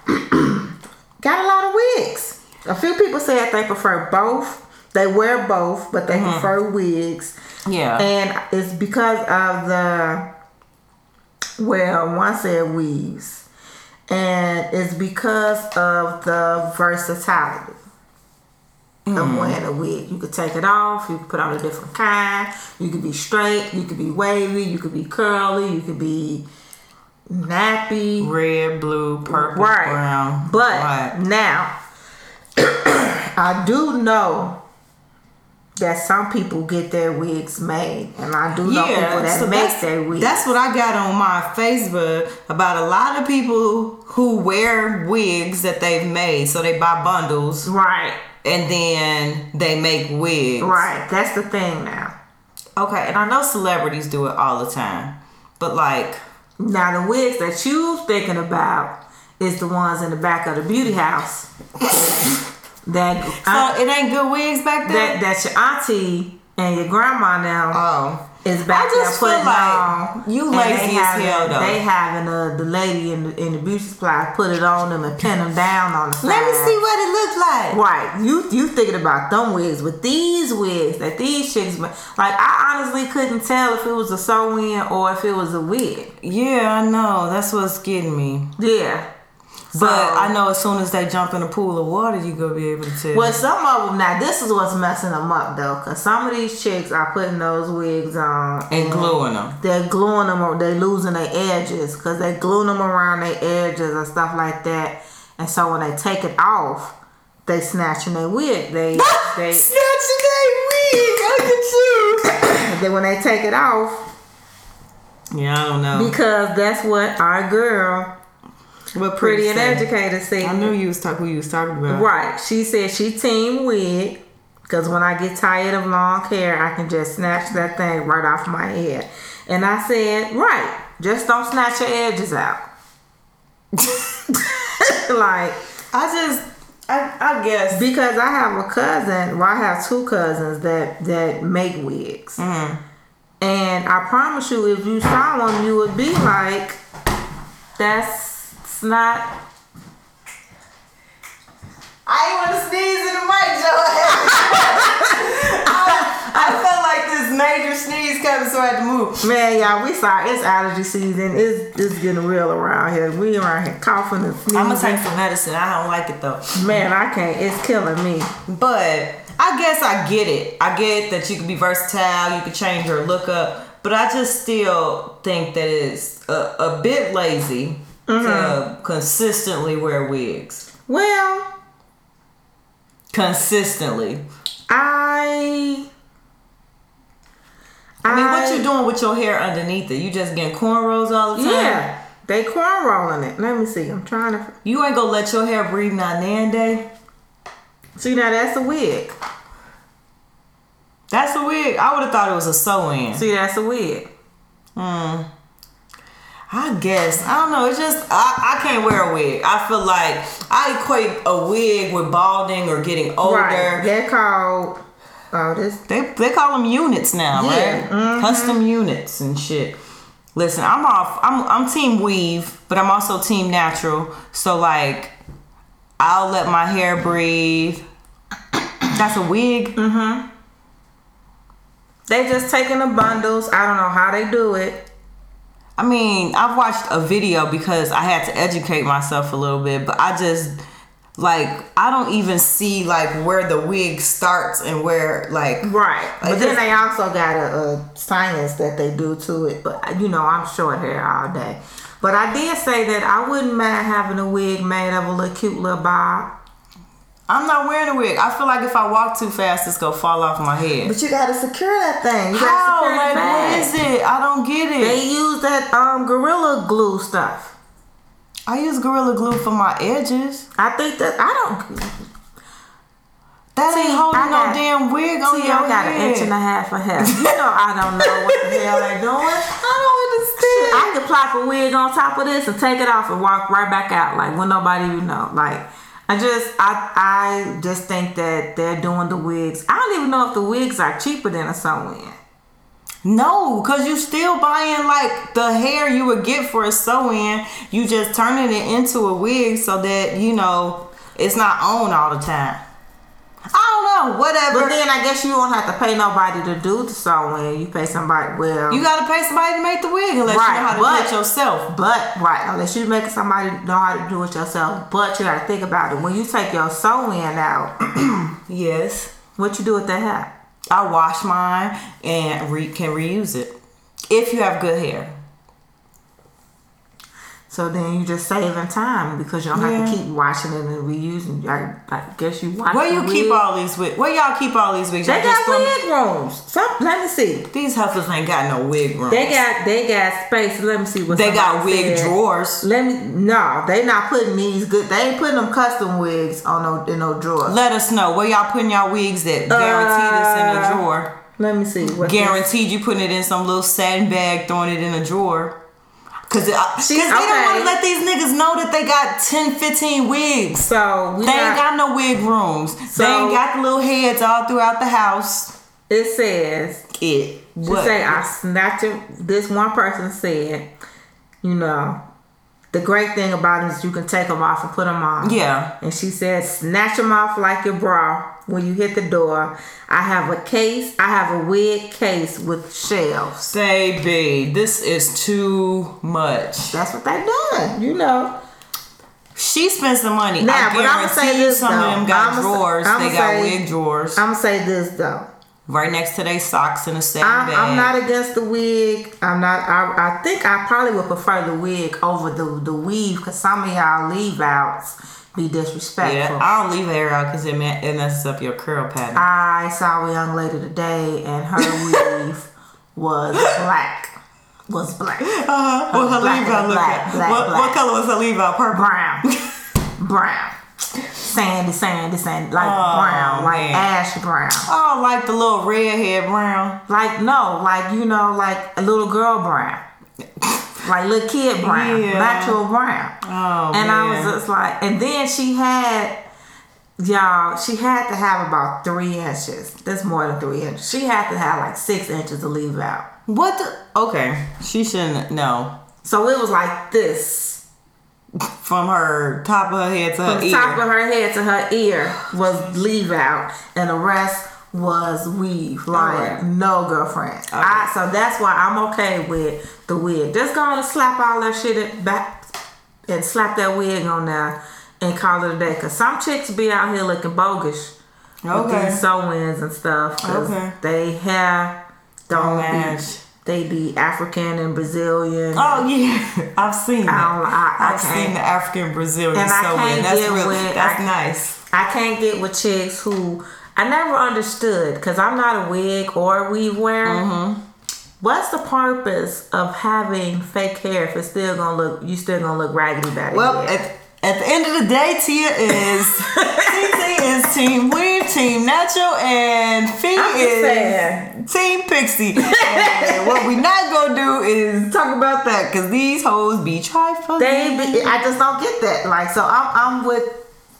got a lot of wigs. A few people said they prefer both. They wear both, Mm-hmm. but they prefer wigs. yeah. And it's because of the well, one said weaves. And it's because of the versatility of wearing a wig. You could take it off, you could put on a different kind, you could be straight, you could be wavy, you could be curly, you could be nappy. Red, blue, purple, Right. brown. But white. now, I do know that some people get their wigs made, and I do know people that so make that's- their wigs. That's what I got on my Facebook about a lot of people who wear wigs that they've made. So they buy bundles right, and then they make wigs. right. That's the thing now. Okay, and I know celebrities do it all the time, but like, Now the wigs that you thinking about is the ones in the back of the beauty house that so it ain't good wigs back that then. that your auntie and your grandma now. oh, is back I just there putting feel like on. you and lazy they as having- hell, though. They having uh, the lady in the, in the beauty supply put it on them and pin them down on the side. let me see what it looked like. Right, you you thinking about them wigs with these wigs that these chicks ma- like? I honestly couldn't tell if it was a sew in or if it was a wig. Yeah, I know. That's what's getting me. Yeah, But So- I know as soon as they jump in a pool of water, you gonna be able to tell. Well, some of them now. This is what's messing them up though, because some of these chicks are putting those wigs on and gluing them. they're gluing them or they're losing their edges because they gluing them around their edges and stuff like that and so when they take it off they snatching their wig they they, Snatching that wig. Look at they when they take it off you. Yeah, I don't know. because that's what our girl But pretty and said- educated said I knew you was talking. Who you was talking about? right she said she team wig because when i get tired of long hair i can just snatch that thing right off my head and i said right just don't snatch your edges out like I just, I, I guess. Because I have a cousin, well, I have two cousins that that make wigs, Mm-hmm. and I promise you, if you saw them, you would be like, "That's it's not." I ain't want to sneeze in the mic, Joe. I, I felt like this major sneeze coming, so I had to move. Man, y'all, we sorry. It's allergy season. It's it's getting real around here. We around here coughing and sneezing. I'm gonna take some medicine. I don't like it though, Man, I can't. It's killing me. but I guess I get it. I get that you could be versatile, you could change your look up, but I just still think that it's a, a bit lazy to consistently wear wigs. Well, Consistently. I. I mean, what you doing with your hair underneath it? You just getting cornrows all the time? Yeah, they corn rolling it. Let me see. I'm trying to. You ain't gonna let your hair breathe not nan day? See now that's a wig. That's a wig. I would have thought it was a sew-in. See that's a wig. I guess I don't know. It's just I, I can't wear a wig. I feel like I equate a wig with balding or getting older. Right. That called. Oh, this. They they call them units now, Yeah, Mm-hmm. right? Custom units and shit. Listen, I'm off. I'm I'm team weave, but I'm also team natural. So like, I'll let my hair breathe. That's a wig. They just taking the bundles. I don't know how they do it. I mean, I've watched a video because I had to educate myself a little bit, but I just like I don't even see like where the wig starts and where like Right. But Like then this- they also got a, a science that they do to it. But uh, you know, I'm short hair all day. But I did say that I wouldn't mind having a wig made of a little cute little bob. I'm not wearing a wig. I feel like if I walk too fast, it's gonna fall off my head. But you gotta secure that thing. You gotta How? secure that Oh, Like bag. what is it? I don't get it. They use that um gorilla glue stuff. I use gorilla glue for my edges. I think that I don't. That See, ain't holding I got- no damn wig on See, your I got head. an inch and a half of hair. You know I don't know what the hell they doing. Shit, I I could plop a wig on top of this and take it off and walk right back out like when nobody even know. Like I just I I just think that they're doing the wigs. I don't even know if the wigs are cheaper than a sew-in. don't understand. No, cause you still buying like the hair you would get for a sew-in. You just turning it into a wig so that you know it's not on all the time. I don't know. Whatever. But then I guess you won't have to pay nobody to do the sew-in. You pay somebody well you gotta pay somebody to make the wig unless Right, you know how to but- do it yourself. But right, unless you making somebody know how to do it yourself, but you gotta think about it. When you take your sew in out, Yes. what you do with that hair? I wash mine and re- can reuse it if you have good hair. So then you just saving time because you don't have to Yeah. keep washing it and reusing. I, I guess you wash. Where the you keep wig. all these wigs? Where y'all keep all these wigs? They Y'all got just throw 'em- wig rooms. Some let me see. These heifers ain't got no wig room. They got they got space. Let me see what They got somebody wig said. drawers. Let me no, they not putting these good. They ain't putting them custom wigs on no in no drawer. Let, Let us know where y'all putting y'all wigs at. Guaranteed it's in Uh, a drawer. me see. What this- Guaranteed you putting it in some little satin bag, throwing it in a drawer. Cause, it, uh, Cause they don't want okay. to let these niggas know that they got 10, 15 wigs. So we They not- ain't got no wig rooms. they So- ain't got the little heads all throughout the house. it says It. She What? say I snatched it. This one person said, you know, the great thing about them is you can take them off and put them on. Yeah. And she said, snatch them off like your bra when you hit the door. I have a case. I have a wig case with shelves. Say, B, this is too much. That's what they doing, you know. She spends the money. Now, I but I'ma guarantee say this, some though. of them got I'ma say- drawers. I'ma they got say- wig drawers I'm gonna say this though. right next to their socks in a satin I'm, bag. I'm not against the wig. I'm not. I, I think I probably would prefer the wig over the the weave because some of y'all leave outs be disrespectful. yeah, I don't leave hair out because it, ma- it messes up your curl pattern. I saw a young lady today, and her weave was black. Was black, uh-huh. What her black leave out and look black, like? black, what, black. what color was her leave out? Purple. brown, brown, sandy, sandy, sandy, like Oh, brown, like man. ash brown. Oh, like the little redhead brown. Like no, like you know, like a little girl brown, like little kid brown, Yeah. natural brown. Oh, and I man. was just like, and then she had, y'all, she had to have about three inches. That's more than three inches. She had to have like six inches to leave out. what the? Okay, she shouldn't know. So it was like this. From her top of her head to her From ear. top of her head to her ear was leave out, and the rest was weave. Like Alright. no girlfriend. I, so that's why I'm okay with the wig. Just go on and slap all that shit in- back and slap that wig on there and call it a day. Cause some chicks be out here looking bogus. with Okay. these sew-ins and stuff. 'cause Okay. They hair Don't don't be- match. They be African and Brazilian. Oh yeah, I've seen I that. don't. I, I I've can't. seen the African Brazilian And I sewing. can't That's get real. with- That's I- nice. I can't get with chicks who I never understood because I'm not a wig or a weave wearer. What's the purpose of having fake hair if it's still gonna look you still gonna look raggedy back? Well, at, at the end of the day, Tia is TT is Team Weave, Team Nacho, and Fee I'm just saying. is Team Pixie. and what we not gonna do is talk about that because these hoes be trifling. they be, I just don't get that. Like so, I'm I'm with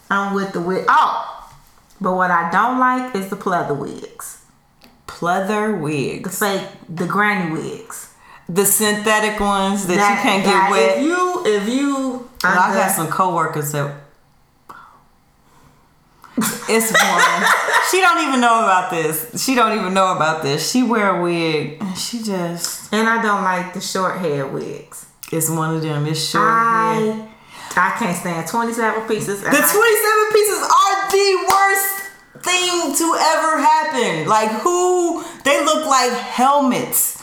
I'm with the wig. Oh, but what I don't like is the pleather wigs, pleather the wigs, fake, the granny wigs. the synthetic ones that, you can't get that wet. If you if you But I've had under- some coworkers that it's one. she don't even know about this. She don't even know about this. She wear a wig. and She just and I don't like the short hair wigs. it's one of them. It's short. hair. I I can't stand 27 pieces. and The I- twenty-seven pieces are the worst thing to ever happen. Like who? They look like helmets.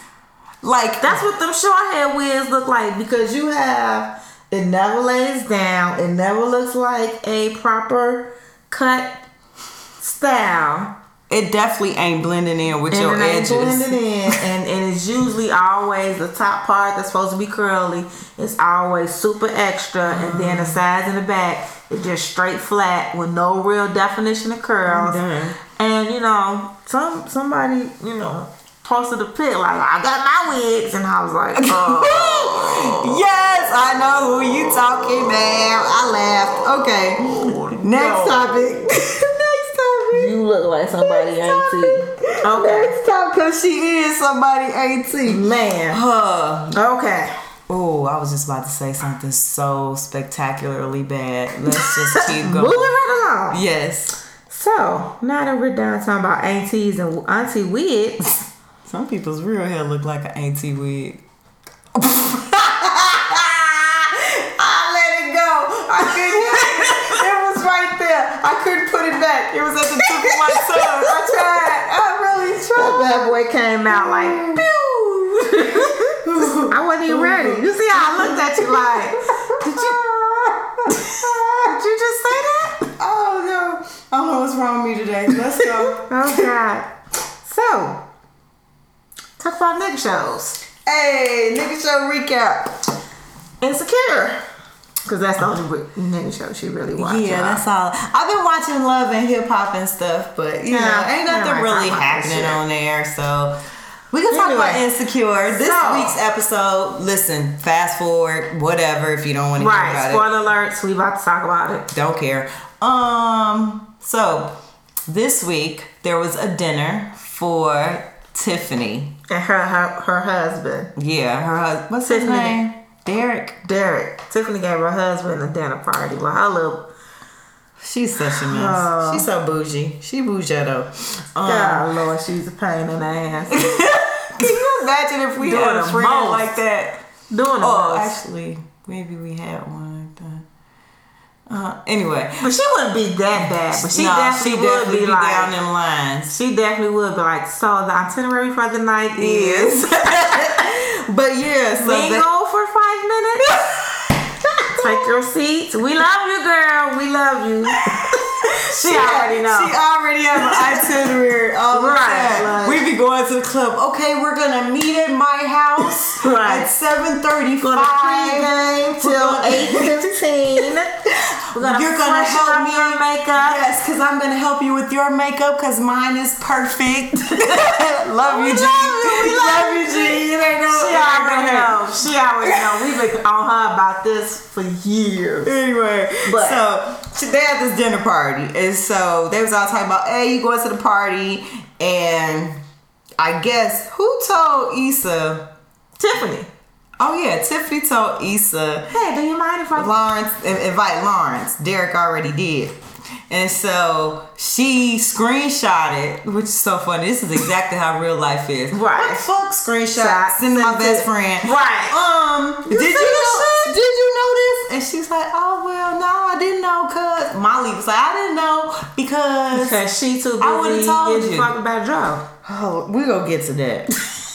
Like that's what them short hair wigs look like because you have it never lays down. It never looks like a proper cut style. it definitely ain't blending in with And your then they edges. blend it in, and, and it's usually always the top part that's supposed to be curly. It's always super extra, and then Mm-hmm. the sides and the back is just straight flat with no real definition of curls. done. And you know, some somebody you know posted a pic like I got my wigs, and I was like, oh, Yes, I know who you talking about. I laughed. Okay. Next no. topic. Next topic. you look like somebody ain't see. Okay, Next topic, cause she is somebody AT. man. Huh. Okay, Oh, I was just about to say something so spectacularly bad. Let's just keep moving going. right along. Yes. So now that we're done talking about aunties and auntie wigs. Some people's real hair look like an AT wig. I let it go. I couldn't. it was right there. I couldn't put it back. It was at the tip of my tongue. I tried. I really That tried. bad boy came out like, pew! I wasn't even ready. You see how I looked at you like, did you, did you just say that? Oh no! I don't know what's wrong with me today. Let's go. Oh, God. So, talk about nigga shows. hey, nigga show recap. Insecure. Because that's the only re- nigga show she really watched. Yeah, y'all. that's all. I've been watching love and hip hop and stuff, but you know, Yeah, ain't nothing nobody really talking about that happening shit. on there. So we can talk about Anyway, insecure. This so- week's episode. Listen, fast forward, whatever. If you don't want to hear Right. about it, Spoiler alerts. We about to talk about it. don't care. Um, so this week there was a dinner for Tiffany. And her, her, her husband. Yeah, her husband. What's his Tiffany. name? Derek. Derek. Tiffany gave her husband a dinner party with her little She's such a mess. Oh. She's so bougie. She bougie though. Um, God, Lord, she's a pain in the ass. Can you imagine if we Doing had a the friend most. like that? Doing the Oh, most. actually, maybe we had one like that. Uh, anyway, But she wouldn't be that bad. But she Nah, definitely would definitely be, like. down them lines. she definitely would be like. So the itinerary for the night is But yeah, so that- bingo for five minutes. Take your seats. We love you, girl. We love you. she already knows. She already have an itinerary. All Right, right. like- we be going to the club. Okay, we're gonna meet at my house Right. at seven We're gonna thirty-five. pregame till eight fifteen. We're gonna You're gonna freshen help up me- your makeup. Yes, because I'm gonna help you with your makeup because mine is perfect. love you, G. we love you, G. It ain't no. She it ain't already no hurt. know. She already know. We've been on her about this for years. Anyway, But- so she- they had this dinner party, and so they was all talking about, "Hey, you going to the party?" And I guess who told Issa? Tiffany, Oh yeah, Tiffany told Issa hey, do you mind if I? Lawrence in- invite Lawrence. Derek already did. And so she screenshotted, which is so funny. This is exactly how real life is. Right. What the fuck screenshot? Shot. Send to my Send best it. friend. Right. Um. did see you this know, Did you know this? And she's like, oh, well, no, I didn't know because. Molly was like, I didn't know because. Because she too busy I would've told getting you. fucked about Joe. Oh, we going to get to that.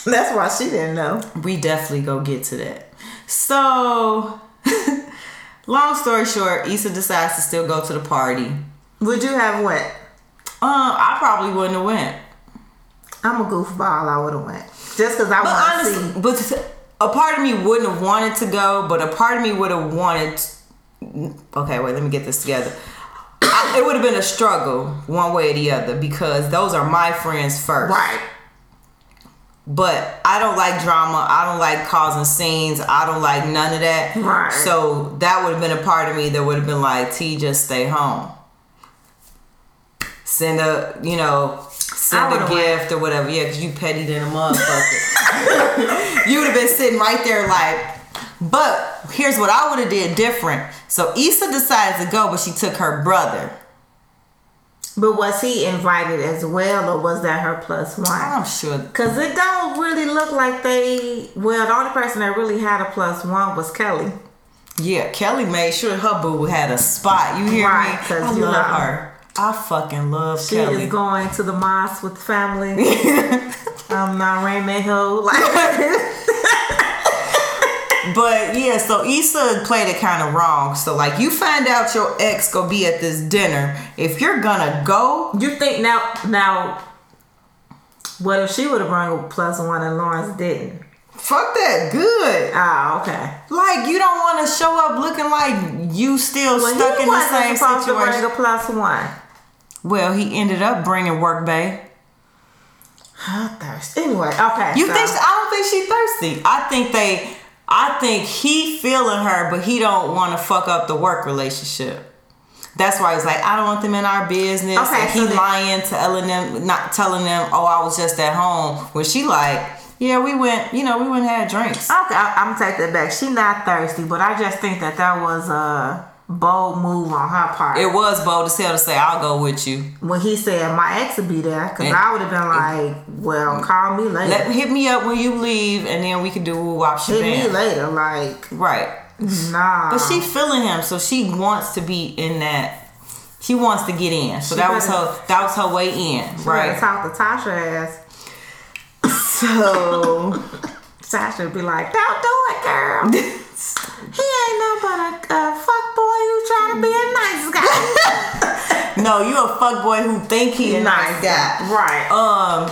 That's why she didn't know. we definitely go get to that. So, long story short, Issa decides to still go to the party. Um, Would you have went? I probably wouldn't have went. I'm a goofball. I would have went just because I But want to honestly, see. Uh, but a part of me wouldn't have wanted to go, but a part of me would have wanted. okay, wait, let me get this together. I, it would have been a struggle one way or the other because those are my friends first. Right. But I don't like drama. I don't like causing scenes. I don't like none of that. Right. So that would have been a part of me that would have been like, T, just stay home. Send a, you know, send a would've gift or whatever. Yeah, because you petty than a motherfucker. you would have been sitting right there like, but here's what I would have did different. So Issa decided to go, but she took her brother. But was he invited as well, or was that her plus one? I'm sure. Cause it don't really look like they. Well, the only person that really had a plus one was Kelly. Yeah, Kelly made sure her boo had a spot. You hear Right, me? 'cause I you love know. her. I fucking love She Kelly. is going to the mosque with family. I'm not Raymond Hill. Like, But yeah, so Issa played it kind of wrong. So like, you find out your ex gonna be at this dinner. If you're gonna go, you think now? Now, what if she would have brought a plus one and Lawrence didn't? fuck that good. Oh, okay. Like you don't want to show up looking like you still Well, stuck he in the wasn't same supposed to bring situation. a plus one. well, he ended up bringing work bay. I'm thirsty. Anyway, okay. You so- think? I don't think she thirsty. I think they. I think he feeling her, but he don't want to fuck up the work relationship. That's why he's like, I don't want them in our business. Okay, and he so then- lying to telling them, not telling them, oh, I was just at home. When she like, yeah, we went, you know, we went and had drinks. Okay, I, am gonna take that back. She not thirsty, but I just think that that was a bold move on her part It was bold as hell to say, I'll go with you. when he said my ex would be there. Cause And- Mm. I would have been like, well, call me later. Let, hit me up when you leave, and then we can do woo wop Hit me shebang. later, like Right. nah. But she feeling him, so she wants to be in that. She wants to get in. So She that was better- her. That was her way in, right. right? talk to Tasha ass. So Tasha would be like, don't do it, girl. he ain't no but a uh, fuck boy who's trying to be a nice guy. no, you a fuck boy who think he a nice guy. right? Um.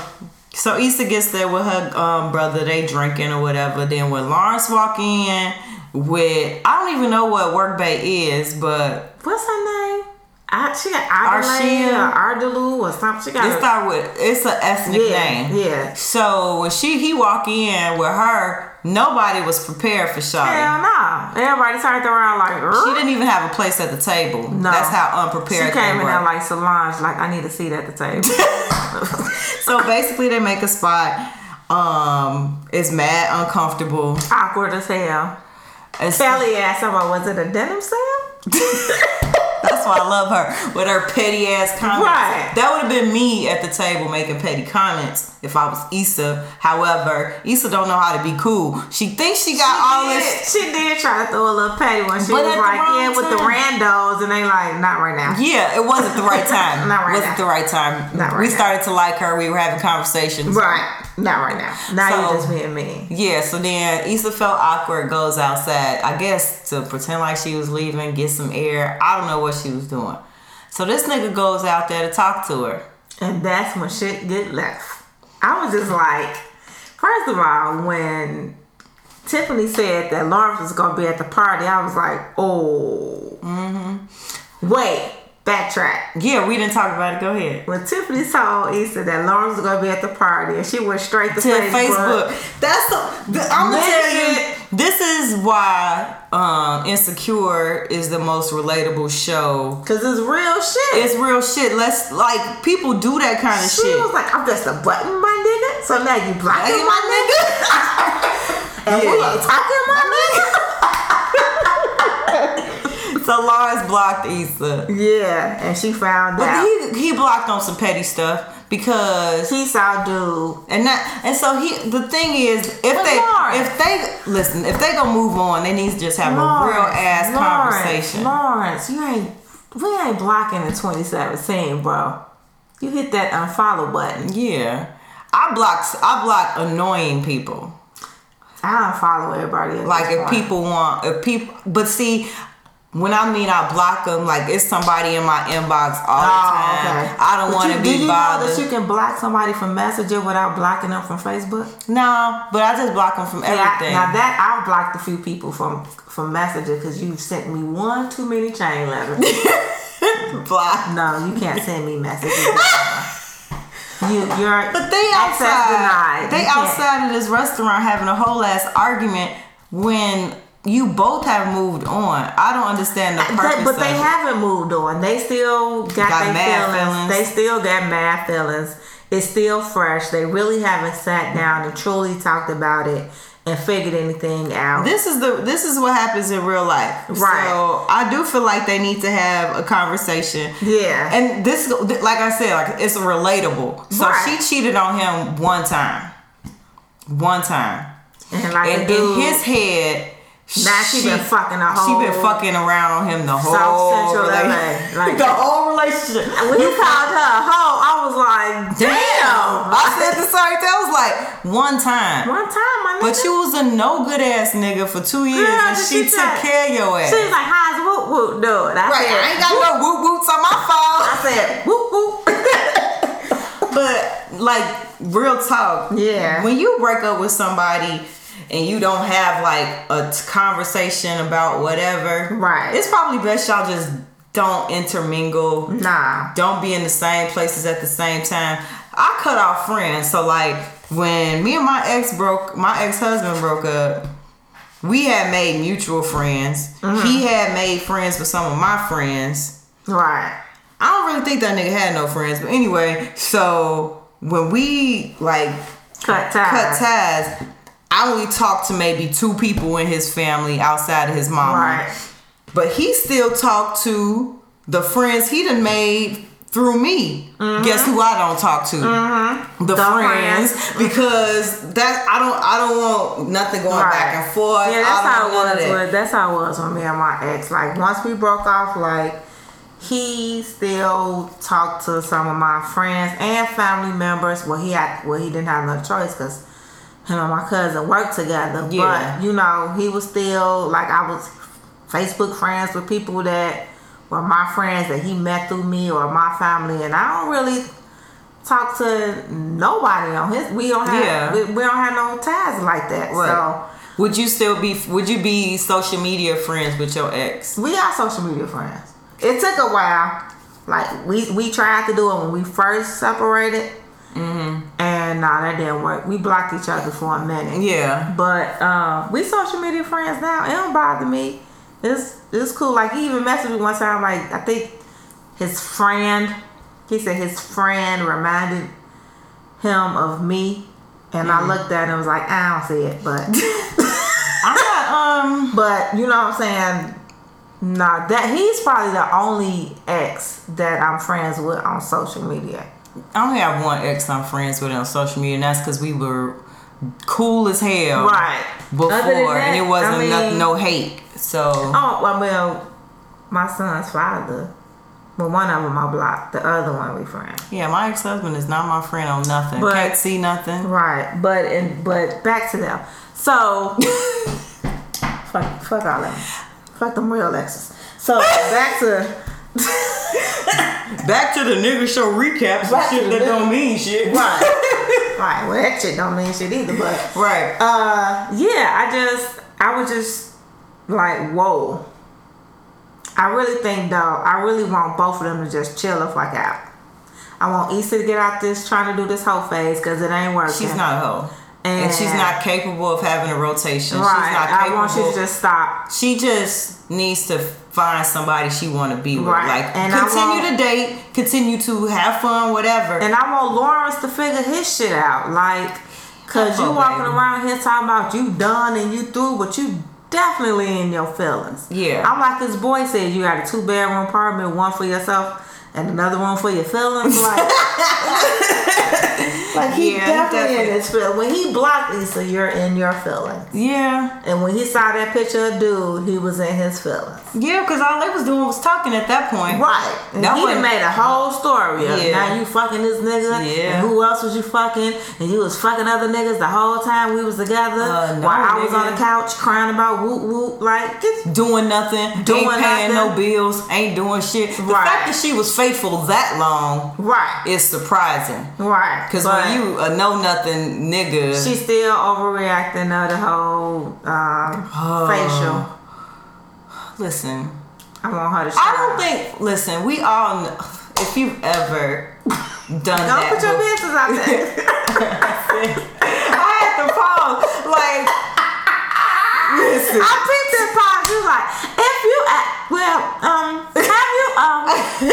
So Issa gets there with her um, brother. They drinking or whatever. Then when Lawrence walk in with I don't even know what work bay is, but what's her name? I, she got Ardelaine Arshia. or Ardelu or something. She got it a- start with it's an ethnic yeah, name. yeah. So when she he walk in with her, nobody was prepared for Shawty. Hell no! Everybody turned around like She "Ugh." didn't even have a place at the table. No. That's how She unprepared came they in were. there like Solange, like I need a seat at the table. so basically, they make a spot. Um, it's mad uncomfortable. Awkward as hell. It's- Sally asked somebody, was it a denim sale? that's why I love her with her petty ass comments. Right. That would have been me at the table making petty comments if I was Issa. However, Issa don't know how to be cool. She thinks she got all this. She did try to throw a little petty when she But at was the like, wrong yeah, with the time. randos, and they like, not right now. Yeah, it wasn't the right time. Not right wasn't the now. right time. Not right we now. started to like her. We were having conversations. Right, not right now. Now So- you just being mean. Yeah, so then Issa felt awkward, goes outside, I guess to pretend like she was leaving, get some air. I don't know what she was doing. So this nigga goes out there to talk to her. And that's when shit get left. I was just like, first of all, when Tiffany said that Lawrence was gonna be at the party, I was like, oh, mm-hmm. wait, backtrack. Yeah, we didn't talk about it. Go ahead. When Tiffany told Issa that Lawrence was gonna be at the party, and she went straight to, To Facebook. Facebook. That's a, th- I'm gonna tell Listen. you. This is why um, Insecure is the most relatable show. Cause it's real shit. It's real shit. Let's like people do that kind of she shit. was like, I'm just a button, my nigga. So now you blocking Hey, my nigga. And we Yeah. ain't talking, my so Lawrence blocked Issa. nigga. Yeah, and she found But out. he he blocked on some petty stuff because Peace out, dude. and that and so he the thing is if they Lawrence. if they Listen, if they gonna move on, they need to just have a real ass Lawrence, conversation. Lawrence, you ain't we ain't blocking in 2017, bro. You hit that unfollow button. Yeah, I block I block annoying people. I unfollow everybody. At Like this if point. people want, if people, but see, when I mean I block them, like it's somebody in my inbox all the Oh, time. okay. I don't But want you- to Do be you bothered. know that you can block somebody from Messenger without blocking them from Facebook? no, but I just block them from Yeah, everything. now that I've blocked a few people from from Messenger because you've sent me one too many chain letters. block. no, you can't send me messages. you, you're But they access outside. Denied. They You can't- outside of this restaurant having a whole ass argument when you both have moved on. I don't understand the Uh, But- purpose. but they of it. haven't moved on. They still got, Got their mad feelings. feelings. They still got mad feelings. It's still fresh. They really haven't sat down and truly talked about it and figured anything out. This is the this is what happens in real life. Right. So I do feel like they need to have a conversation. Yeah. And this like I said, like it's relatable. So Right. she cheated on him one time. One time. And like And a dude, in his head Nah, she been fucking a whole- She been fucking around on him the whole Central rela- LA, like- the whole relationship. when you called her a hoe, I was like, Damn. damn. I said the sorry that was like one time. one time, my But nigga- you was a no good ass nigga for two years Girl, and did she she took try- care of your ass. She was like, how's Woot Woot doing? I Right, said, I ain't got no whoop whoops on my phone. I said, Woot Woot. But like real talk, Yeah. When you break up with somebody and you don't have like a t- conversation about whatever, Right. It's probably best y'all just don't intermingle. nah. Don't be in the same places at the same time. I cut off friends, so like when me and my ex broke, my ex husband broke up. We had made mutual friends. Mm-hmm. He had made friends with some of my friends. Right. I don't really think that nigga had no friends, but anyway, so when we like Cut ties. cut ties, I only talked to maybe two people in his family outside of his mama. Right. But he still talked to the friends he done made through me. Guess who I don't talk to? The, Mm-hmm. The friends, friends. because that I don't I don't want nothing going Right. back and forth. Yeah, I that's don't how it want none of was. that. With, that's how it was with me and my ex. Like once we broke off, like he still talked to some of my friends and family members. Well, he had well he didn't have no choice because him and my cousin worked together. Yeah. But you know he was still like I was Facebook friends with people that were my friends that he met through me or my family, and I don't really talk to nobody on his. We don't have Yeah. we, we don't have no ties like that. So. Right. Would you still be would you be social media friends with your ex? we are social media friends. It took a while. Like we we tried to do it when we first separated, Mm-hmm. and nah, that didn't work. We blocked each other for a minute. Yeah. But uh, we social media friends now. It don't bother me. It's it's cool. Like he even messaged me one time. Like I think his friend. He said his friend reminded him of me, and Mm-hmm. I looked at him and was like, I don't see it, but. I'm not um But you know what I'm saying? Nah, that he's probably the only ex that I'm friends with on social media. I only have one ex I'm friends with on social media, and that's because we were cool as hell Right. before, Other than that, and it wasn't I mean- noth- no hate. So Oh well, well, my son's father. Well, one of them I blocked. The other one we friends. yeah, my ex husband is not my friend on nothing. But- Can't see nothing. Right. But and but back to them. So fuck fuck all that. Fuck them real exes. So back to Back to the nigga show recaps Back to shit the that nigga- don't mean shit. right. right. Well, that shit don't mean shit either. But right. uh yeah i just i was just like whoa i really think though i really want both of them to just chill the fuck out i want Issa to get out this trying to do this whole phase because it ain't working she's not a hoe, and, she's not capable of having a rotation. right She's not i capable. want you to just stop she just needs to find somebody she want to be with. Right. Like And I continue want- to date, continue to have fun, whatever. and i want lawrence to figure his shit out like because Oh, you walking baby. around here talking about you done and you through but you definitely in your feelings Yeah. i'm like this boy said you got a two bedroom apartment one for yourself and another one for your feelings. Like, like he Yeah, he definitely definitely- in his feelings. When he blocked Issa, you're in your feelings. Yeah. And when he saw that picture of dude, he was in his feelings. Yeah, because all they was doing was talking at that point. Right. And That he done wasn't- made a whole story of Yeah. now you fucking this nigga. Yeah. And who else was you fucking? And you was fucking other niggas the whole time we was together. Uh, no, while I was on the nigga. couch crying about whoop whoop. Like, get Doing nothing, Doing ain't paying nothing. no bills, ain't doing shit. The Right. fact that she was faithful that long right. is surprising. right. Because But when you a know nothing nigga, She's still overreacting of the whole um, Oh. facial. uh, listen. I want her to I don't shut up. think. Listen, we all. Know, if you've ever done Don't that, put your business out there. I had to pause. Like, listen. I picked this pause. You like, if you, a- well, um, have you,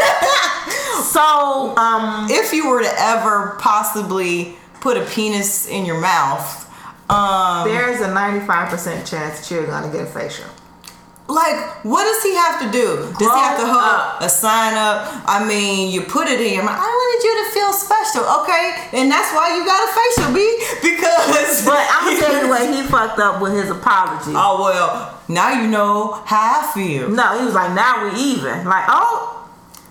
um, so, um, if you were to ever possibly put a penis in your mouth, um, There is a 95% chance that you're gonna get a facial. like, what does he have to do? Does Grow he have to hold up. a sign up? I mean, you put it in your mouth. I wanted you to feel special, okay? And that's why you got a facial, B, because. But I'm gonna tell you what, he fucked up with his apology. Oh well, now you know how I feel. No, he was like, now we even. Like, oh,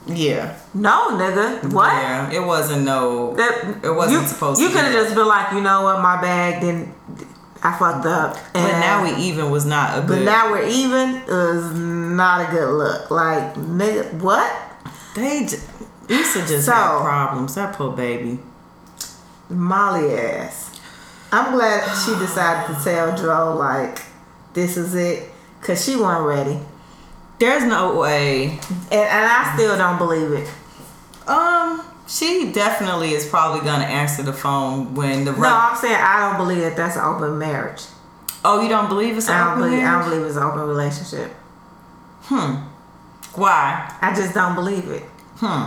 Yeah. no, nigga. What? Yeah, it wasn't no. That- It wasn't you, supposed You to could have be. just been like, you know what, my bag didn't. I fucked up. And but now we even was not a good. But now we're even is not a good look. Like, nigga, what? they j- Issa just So- had problems. That poor baby. Molly ass. I'm glad she decided to tell Joe, like, this is it. Because she wasn't ready. There's no way. And, and I Mm. still don't believe it. Um, she definitely is probably gonna answer the phone when the. No, right- I'm saying I don't believe that that's an open marriage. oh, you don't believe it's I an don't open believe I marriage? don't believe it's an open relationship. Hmm. Why? I just don't believe it. Hmm.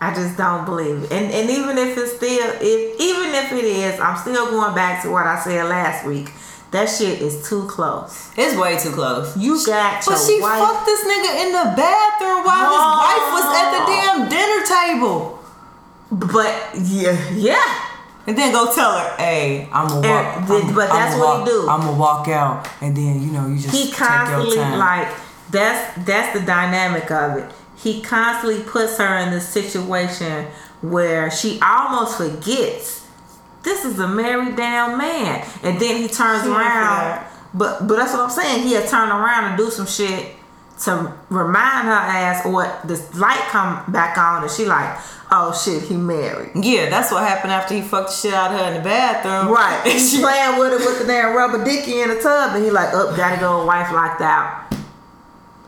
I just don't believe it. And and even if it's still if even if it is, I'm still going back to what I said last week. That shit is too close. It's way too close. You got But your she wife. fucked this nigga in the bathroom while his No. wife was at the damn dinner table. but yeah, yeah. And then go tell her, hey, I'm a walk. And Er, th- I'm- but I'm that's a what he walk- do. I'm a walk out, and then you know you just he take constantly your time. like that's that's the dynamic of it. He constantly puts her in this situation where she almost forgets this is a married damn man, and then he turns She ain't for around. that. But but that's what I'm saying. He'll turn around and do some shit to remind her ass, or this light come back on, and she like, oh shit, he married. yeah, that's what happened after he fucked the shit out of her in the bathroom. Right, And he's she- playing with it with the damn rubber dicky in the tub, and he like, up, gotta go, wife locked out.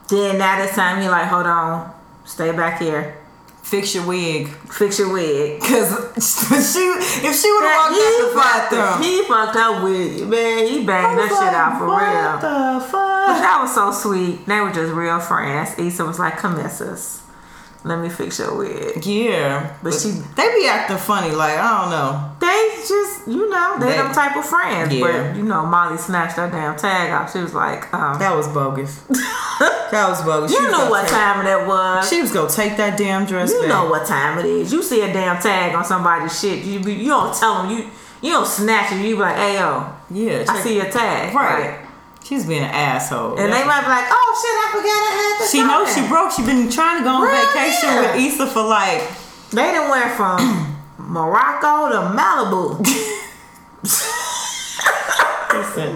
Then now this time he like, hold on, stay back here, fix your wig, fix your wig. cause she if she would have walked he, out Oh, fucked, the bathroom, he fucked up with you, man. He I banged that was shit like, out for real. What the fuck? That was so sweet. They were just real friends. Issa was like, come here, sis. Let me fix your wig. Yeah, But she- they be acting funny. Like I don't know. They just, you know, they, They- them type of friends. Yeah. But, you know, Molly snatched her damn tag off. She was like, um, That was bogus. that was bogus. you She was know gonna what take- time that was. She was gonna take that damn dress. You back. know what time it is. You see a damn tag on somebody's shit. You be- you don't tell them. You you don't snatch it. You be like, hey yo, Yeah, I check- see your tag. Right. Like, She's being an asshole. and they That's- might be like, oh shit, I forgot I had this. She on knows she there." broke. She been trying to go on Right. vacation with Issa for like. They done went from Morocco to Malibu.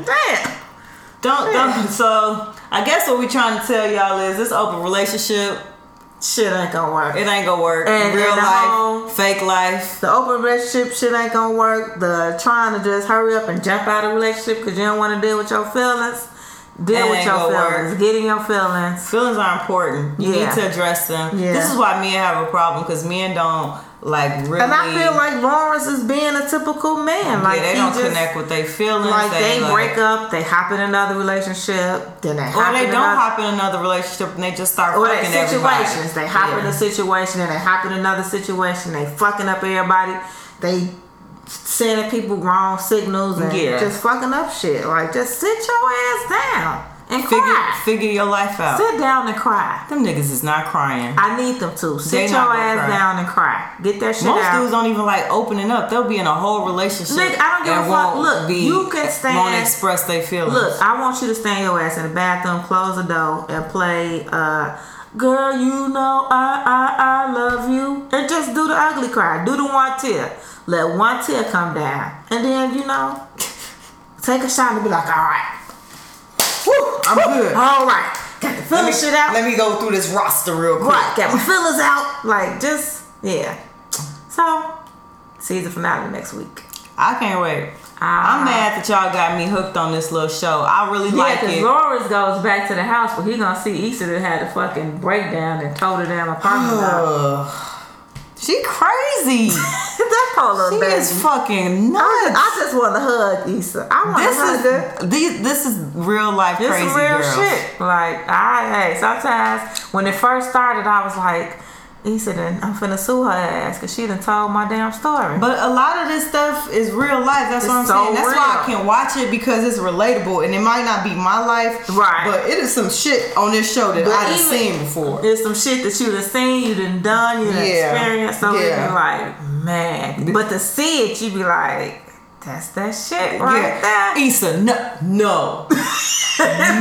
Damn. Don't don't. So I guess what we're trying to tell y'all is this open relationship. Shit ain't gonna work. It ain't gonna work. And- Real and the life, whole- fake life. the open relationship shit ain't gonna work. The trying to just hurry up and jump out of relationship because you don't want to deal with your feelings. Deal It with ain't your gonna feelings. work. Get in your feelings. Feelings are important. You Yeah. need to address them. Yeah. This is why men have a problem because men don't like really. And I feel like Lawrence is being a typical man. yeah, Like they he don't just, connect with their feelings. Like they like- break up, they hop in another relationship, then they or hop they in don't another, hop in another relationship and they just start or they fucking everybody. situations. They hop in Yeah. a situation and they hop in another situation. They fucking up everybody. They sending people wrong signals and Yeah. just fucking up shit. Like just sit your ass down. and Figure cry. figure your life out. Sit down and cry. Them niggas is not crying. I need them to. They Sit your not gonna ass cry. down and cry. Get that shit Most out. dudes don't even like opening up. They'll be in a whole relationship. Look, I don't give a and fuck. won't Look, be- you can Won't stand- express their feelings. Look, I want you to stand your ass in the bathroom, close the door, and play uh Girl, you know I I I love you. And just do the ugly cry. Do the one tear. Let one tear come down. And then, you know, take a shot and be like, alright, Whew, I'm good. alright. Got the feeling shit out. Let me go through this roster real quick. right, got my feelings out. Like just yeah. So season finale next week. I can't wait. I'm mad that y'all got me hooked on this little show. I really Yeah, like because it. Lawrence goes back to the house, but he gonna see Issa that had a fucking breakdown and told her damn apartment. down. Ugh. she crazy. that poor she little baby. is fucking I, nuts. I just want to hug Issa. I want to hug her. this is these, this is real life This crazy is real girls. shit. Like I, hey, sometimes when it first started, I was like, Issa, then I'm finna sue her ass because she done told my damn story. But a lot of this stuff is real life. That's It's what I'm so saying. That's why I real. can watch it because it's relatable, and it might not be my life, Right. But it is some shit on this show that But I've even- seen before. There's some shit that you done seen, you done done, you done Yeah. experienced. So Yeah. you be like, man. But to see it, you be like, that's that shit right there. Issa, no, no,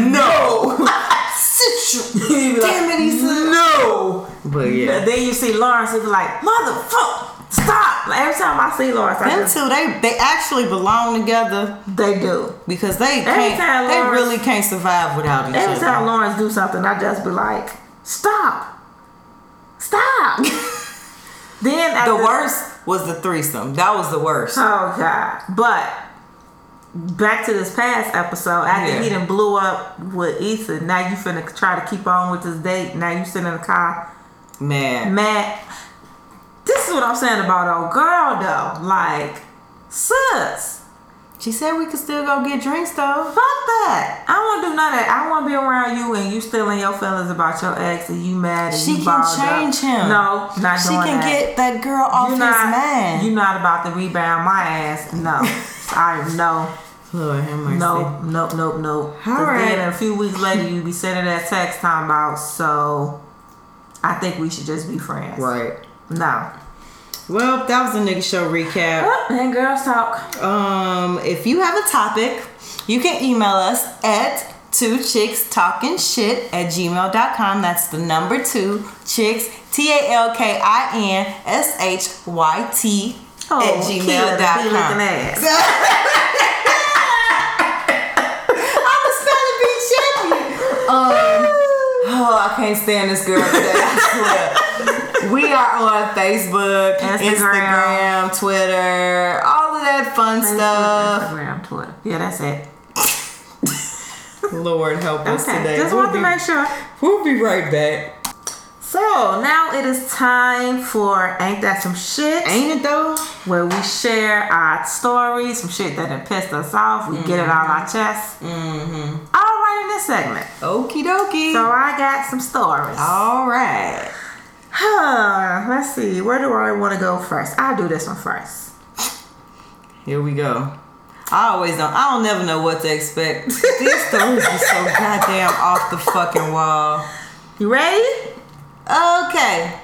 no. Sit your- Damn it, Issa. No. But yeah, Then you see Lawrence and be like, motherfucker, stop. Like, every time I see Lawrence, I them just, two, they they actually belong together they do. because they Every can't. time they Lawrence- really can't survive without each Every other. time Lawrence do something, I just be like, stop. Stop. then the after- worst was the threesome. That was the worst. Oh God! But back to this past episode, after Yeah. he done blew up with Issa, now you finna try to keep on with this date. Now you sitting in the car, Man, Matt. This is what I'm saying about old girl though. Like, sus, she said we could still go get drinks though. fuck that. I don't wanna do none of that. I wanna be around you and you still in your feelings about your ex and you mad and She you can balled up. change him. No, not She doing can that. get that girl off you his not, mind. you not about to rebound my ass. No, I no. Lord have mercy. Nope, nope, nope, nope. All All right. Then right. a few weeks later, you be sending that text time out. So, I think we should just be friends. Right. No. Well, that was the nigga show recap. Oh, and girls talk. Um, if you have a topic, you can email us at two chicks talking shit at gmail.com. That's the number two chicks T A L K I N S H Y T Oh, at Keila, the bee-looking gmail.com. ass. I'm a Sally B champion. Um, oh, I can't stand this girl today. I swear. We are on Facebook, Instagram. Instagram, Twitter, all of that fun stuff. Instagram, Twitter. Yeah, that's it. Lord help us Okay. today. Just want to make sure. we'll be right back. So now it is time for ain't that some shit? Ain't it though? where we share our stories, some shit that done pissed us off. We get it on our chest. Mm-hmm. All right, in this segment. Okie dokie. So I got some stories. all right. Huh, let's see. Where do I want to go first? I'll do this one first. Here we go. I always don't. I don't never know what to expect. These stories are so goddamn off the fucking wall. You ready? Okay.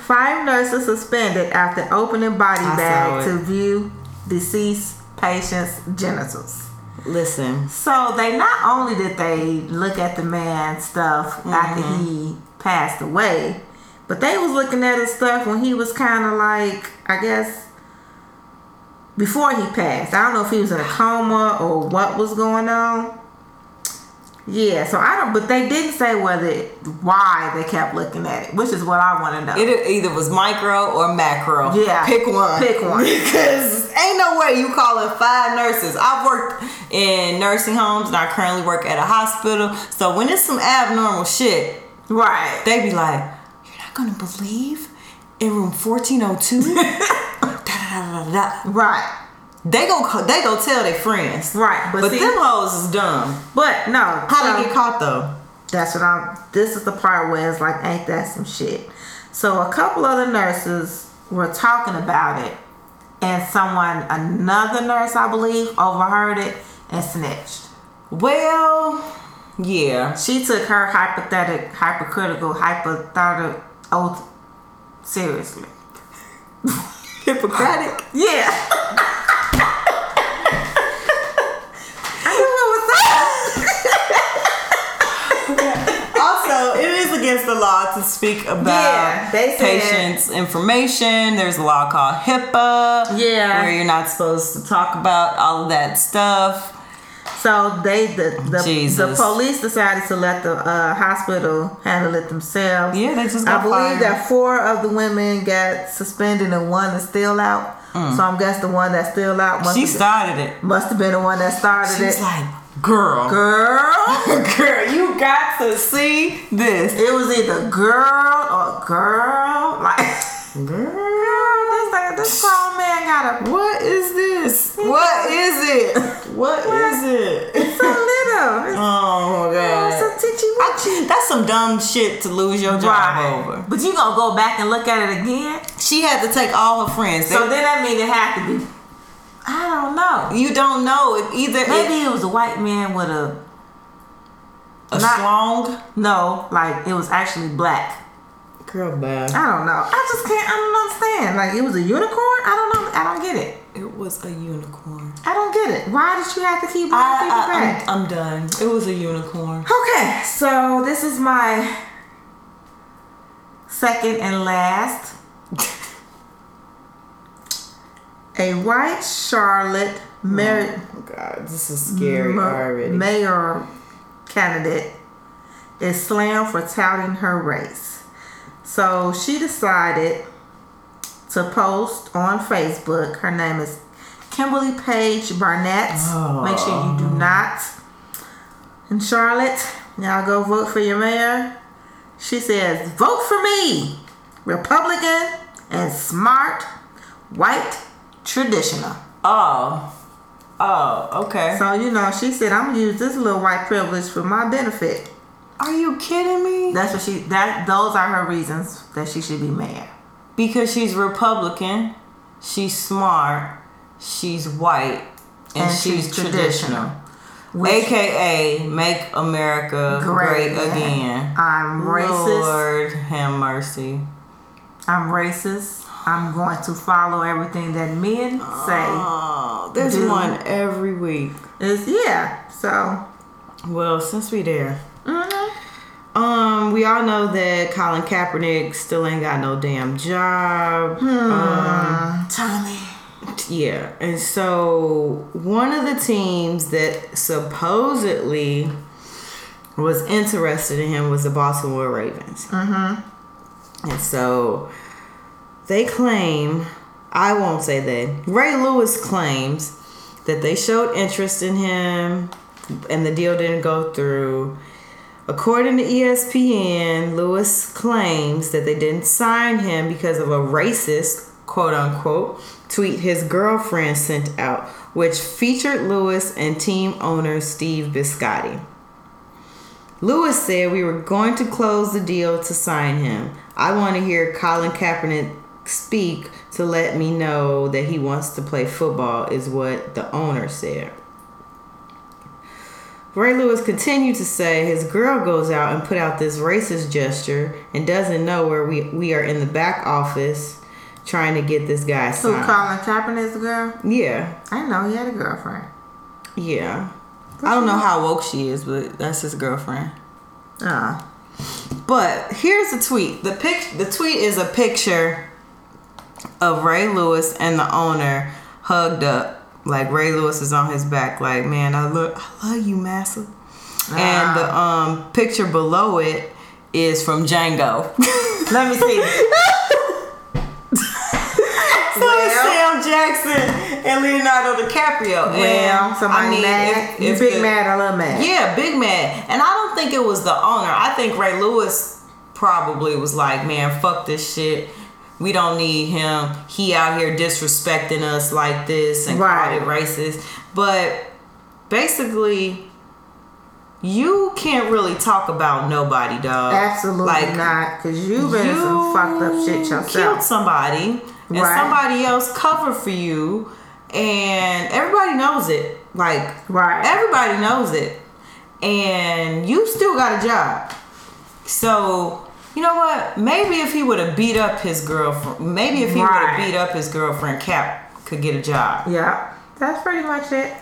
Five nurses suspended after opening body I bag saw it. to view deceased patient's genitals. Listen. So they not only did they look at the man's stuff after Mm-hmm. he passed away, but they was looking at his stuff when he was kind of like, I guess, before he passed. I don't know if he was in a coma or what was going on. Yeah, so I don't. But they didn't say whether why they kept looking at it, which is what I want to know. It either was micro or macro. Yeah. Pick one. Pick one. Because ain't no way you calling five nurses. I've worked in nursing homes and I currently work at a hospital. So when it's some abnormal shit, right. they be like, You're not gonna believe in room 1402? Da, da, da, da, da. right. They go they go tell their friends. Right, but But, see- them hoes is dumb. But no. How so- they get caught though? That's what I'm. This is the part where it's like, ain't that some shit? So a couple other nurses were talking about it, and someone, another nurse, I believe, overheard it and snitched. Well, yeah. She took her hypothetic, hypercritical, hypothetical oath seriously. Hippocratic. Yeah. I knew it was that. also, it is against the law to speak about Yeah, they said- patients' information. There's a law called HIPAA. Yeah. Where you're not supposed to talk about all of that stuff. So they the the, the Jesus. police decided to let the uh, hospital handle it themselves. Yeah, they just I got fired. believe that four of the women got suspended and one is still out. So I'm guess the one that's still out must Mm. she have, started it. must have been the one that started She was it. like, girl. girl, Girl, you got to see this. it was either girl or girl. Like girl, this like this grown man got a What is this? What is it? What is it? so little. It's Oh my so god. titchy witchy. That's some dumb shit to lose your job Right. over. But you gonna go back and look at it again? She had to take all her friends. So then that mean it had to be. I don't know. you don't know if either it, Maybe it was a white man with a a not- schlong. no, like it was actually black. Girl, bad. I don't know. I just can't. I don't understand. Like it was a unicorn. I don't know. I don't get it. It was a unicorn. I don't get it. Why did you have to keep black people I, back? I, I'm, I'm done. It was a unicorn. okay, so this is my second and last. a white Charlotte married. Oh god, this is scary Ma- mayor candidate is slammed for touting her race. So she decided to post on Facebook. Her name is Kimberly Page Barnett. Make sure you do not. And Charlotte, y'all go vote for your mayor. She says, Vote for me, Republican and smart, white, traditional. Oh. Oh, okay. So you know, she said, "I'm gonna use this little white privilege for my benefit." Are you kidding me? That's what she. That those are her reasons that she should be mad. because she's Republican, she's smart, she's white, and, And she's, she's traditional. traditional. Which AKA Make America Great, Great Again. I'm racist. Lord have mercy. I'm racist. I'm going to follow everything that men say. Oh, there's Dude. one every week. Is yeah. So Well, since we there. Um, we all know that Colin Kaepernick still ain't got no damn job. Tommy. Yeah, and so one of the teams that supposedly was interested in him was the Baltimore Ravens. And so they claim, I won't say they, Ray Lewis claims that they showed interest in him and the deal didn't go through. According to E ESPN, Lewis claims that they didn't sign him because of a racist, quote unquote, tweet his girlfriend sent out, which featured Lewis and team owner Steve Biscotti. Lewis said we were going to close the deal to sign him. I want to hear Colin Kaepernick speak to let me know that he wants to play football, is what the owner said. Ray Lewis continued to say his girl goes out and put out this racist gesture and doesn't know where we, we are in the back office trying to get this guy Who signed. Colin Kaepernick's girl? yeah, I didn't know he had a girlfriend. yeah. I don't know how woke she is, but that's his girlfriend. Oh. But here's the tweet. The pic the tweet is a picture of Ray Lewis and the owner hugged up. Like Ray Lewis is on his back, like, man, I look I love you, massa. And the Ah. um picture below it is from Django. Let me see. so it's Sam Well. Jackson and Leonardo DiCaprio. well, and, somebody I mean, mad. if- you if big the- mad or little mad? Yeah, big man. And I don't think it was the owner. I think Ray Lewis probably was like, man, fuck this shit. We don't need him. He out here disrespecting us like this and Right. called it racist. But basically, you can't really talk about nobody, dog. Absolutely Like, not. Cause you've been in some fucked up shit yourself. Killed somebody, and Right. somebody else covered for you, and everybody knows it. Like Right. everybody knows it, and you still got a job. So you know what? Maybe if he would have beat up his girlfriend, maybe if he would Right. have beat up his girlfriend, Cap could get a job. yeah. That's pretty much it.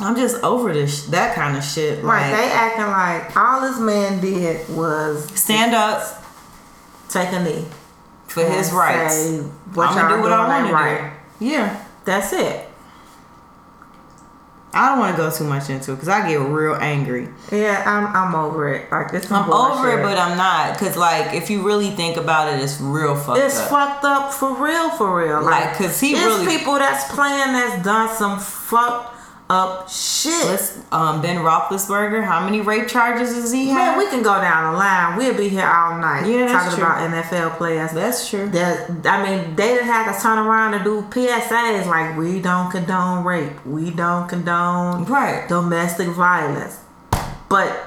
I'm just over this that kind of shit. Right. Like They acting like all this man did was stand up take a knee. for his and rights. say, what I'm y'all gonna do what doing I ain't want to right. do. Yeah. That's it. I don't want to go too much into it because I get real angry. Yeah, I'm I'm over it. Like this. I'm over it, but I'm not. Cause like, if you really think about it, it's real fucked It's up. fucked up for real, for real. Like, 'cause he it's really- people that's playing that's done some fucked up shit. Let's, um, ben Roethlisberger, how many rape charges does he Man, have? we can go down the line. We'll be here all night Yeah, that's talking true. about NFL players. That's true. That I mean, they didn't have to turn around and do PSAs like we don't condone rape, we don't condone Right. domestic violence. But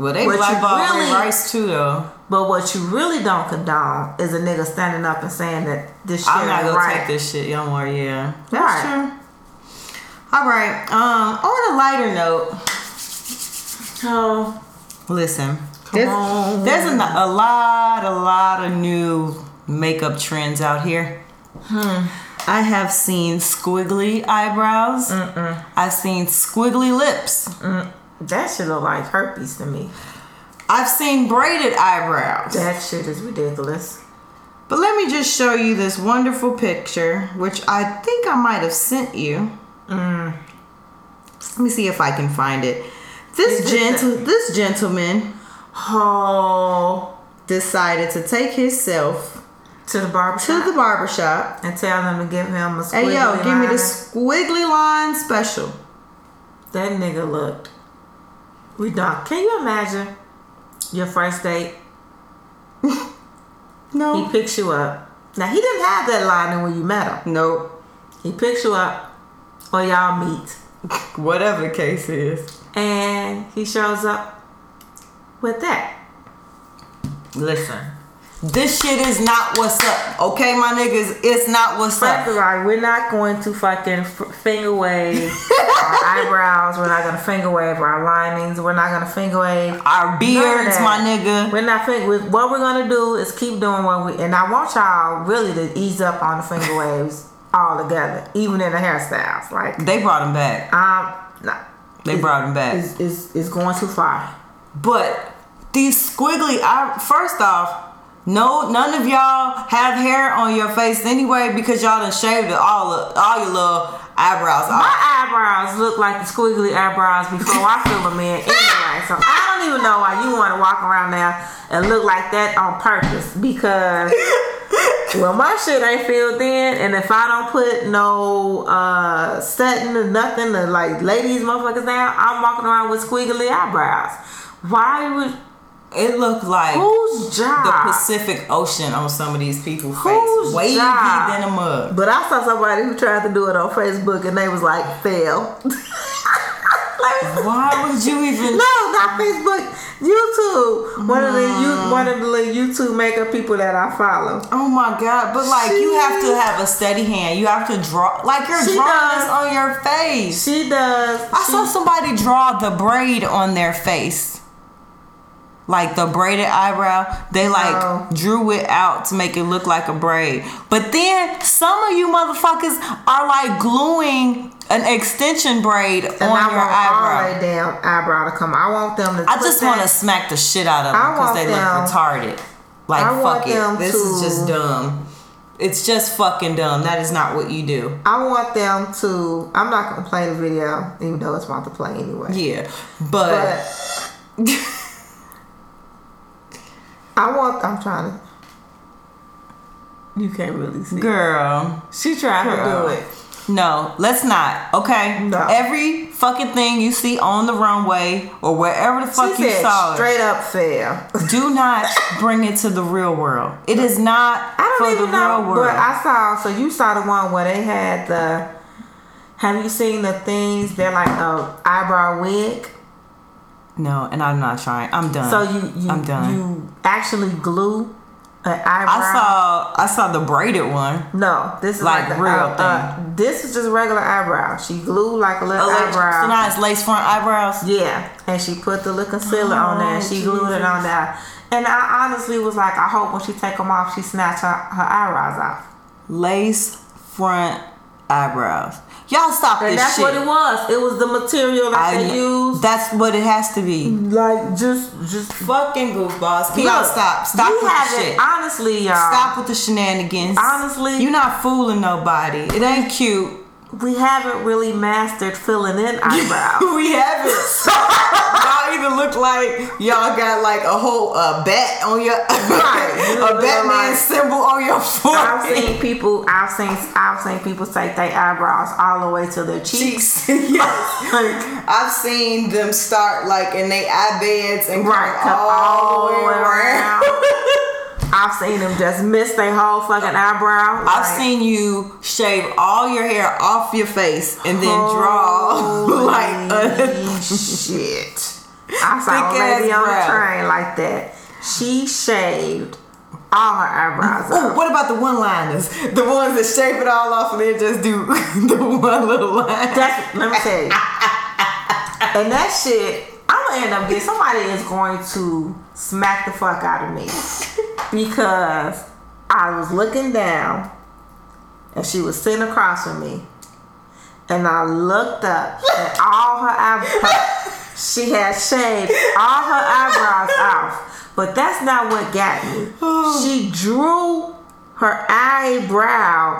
Well, they What you blackball Ray really- Rice too, though. but what you really don't condone is a nigga standing up and saying that this shit I'm not ain't gonna right. take this shit no more. Yeah, Right. that's true. All right. Um, on a lighter note, Oh, listen. Come There's, on. there's a, a lot, a lot of new makeup trends out here. Hmm. I have seen squiggly eyebrows. I've seen squiggly lips. that shit look like herpes to me. I've seen braided eyebrows. That shit is ridiculous. But let me just show you this wonderful picture, which I think I might have sent you. Mm. Let me see if I can find it. This Is it gentle, this gentleman Oh, decided to take himself to the barber to the barbershop. and tell them to give him a squiggly Hey yo, give me the line. squiggly line special. That nigga looked. We done. Can you imagine your first date? He No. picks you up. Now he didn't have that line when you met him. Nope. He picks you up, or y'all meet, Whatever the case is. and he shows up with that. Listen. This shit is not what's up. Okay, my niggas, it's not what's First up. of all, we're not going to fucking f- finger wave our eyebrows. We're not gonna finger wave our linings. We're not gonna finger wave Our beards, that. my nigga. We're not fin- we- What we're gonna do is keep doing what we. And I want y'all really to ease up on the finger waves all together, even in the hairstyles. Like, They brought him back. um, nah, They brought him back. it's, it's, it's going too far. But these squiggly eye first off, no none of y'all have hair on your face anyway because y'all done shaved all of, all your little eyebrows My off. eyebrows look like the squiggly eyebrows before I fill them in anyway. So I don't even know why you want to walk around now and look like that on purpose because. Well, my shit ain't filled in, and if I don't put no uh satin or nothing to like ladies motherfuckers down, I'm walking around with squiggly eyebrows. Why would It looked like whose the job? Pacific Ocean on some of these people's Whose faces. Wavy job? than a mug. But I saw somebody who tried to do it on Facebook, and they was like, "Fail." Like, Why would you even No, not Facebook, YouTube. One of the you, one of the little YouTube makeup people that I follow. Oh my god, but like you have to have a steady hand. You have to draw like you're She drawing does. this on your face. She does. I saw somebody draw the braid on their face. Like the braided eyebrow, they like Oh. drew it out to make it look like a braid. But then some of you motherfuckers are like gluing an extension braid on and I your want all eyebrow. their damn eyebrow to come. I want them to. I put just that- want to smack the shit out of them I because want they look them- retarded. Like I want fuck it, them this is just to- dumb. It's just fucking dumb. That is not what you do. I want them to. I'm not gonna play the video, even though it's about to play anyway. Yeah, But but, I want. I'm trying to. You can't really see. girl. She tried Girl. to do it. No, let's not. Okay. No. Every fucking thing you see on the runway or wherever the fuck she you said saw straight up fail. it, do not bring it to the real world. It is not I don't for even the know, real world. but I saw. So you saw the one where they had the. Have you seen the things? They're like a eyebrow wig. no, and I'm not trying. I'm done. So you you I'm done. you actually glue an eyebrow. I saw I saw the braided one. No, this is Like like, real real this is just regular eyebrow. She glued like a little eyebrow. So now it's lace front eyebrows. Yeah, and she put the little concealer on there. and She glued it Oh, Jesus. on there. And I honestly was like, I hope when she take them off, she snatch her, her eyebrows off. Lace front eyebrows. Y'all stop And this that's shit. what it was. It was the material that I- they used. That's what it has to be. like just, just Fucking goofballs. Can y'all Look, stop? Stop you with the haven't- shit. Honestly, y'all, Stop with the shenanigans. Honestly- you're not fooling nobody. It ain't cute. we haven't really mastered filling in eyebrows. we haven't. y'all either look like y'all got like a whole uh, bat on your Right. a Batman Like- symbol on your I've forehead. seen people. I've seen. I've seen people take their eyebrows all the way to their cheeks. cheeks. yeah. I've seen them start like in they eye beds and Right, come all, the way around. I've seen them just miss their whole fucking eyebrow. I've seen you shave all your hair off your face and then draw like a shit. I saw a Thick-ass lady on the brow. train like that. She shaved all her eyebrows Ooh, off. what about the one liners? The ones that shave it all off and then just do the one little line. That's, let me tell you. and that shit, I'm gonna end up getting somebody is going to smack the fuck out of me because I was looking down and she was sitting across from me, and I looked up and all her eyebrows. She had shaved all her eyebrows off, but that's not what got me. She drew her eyebrow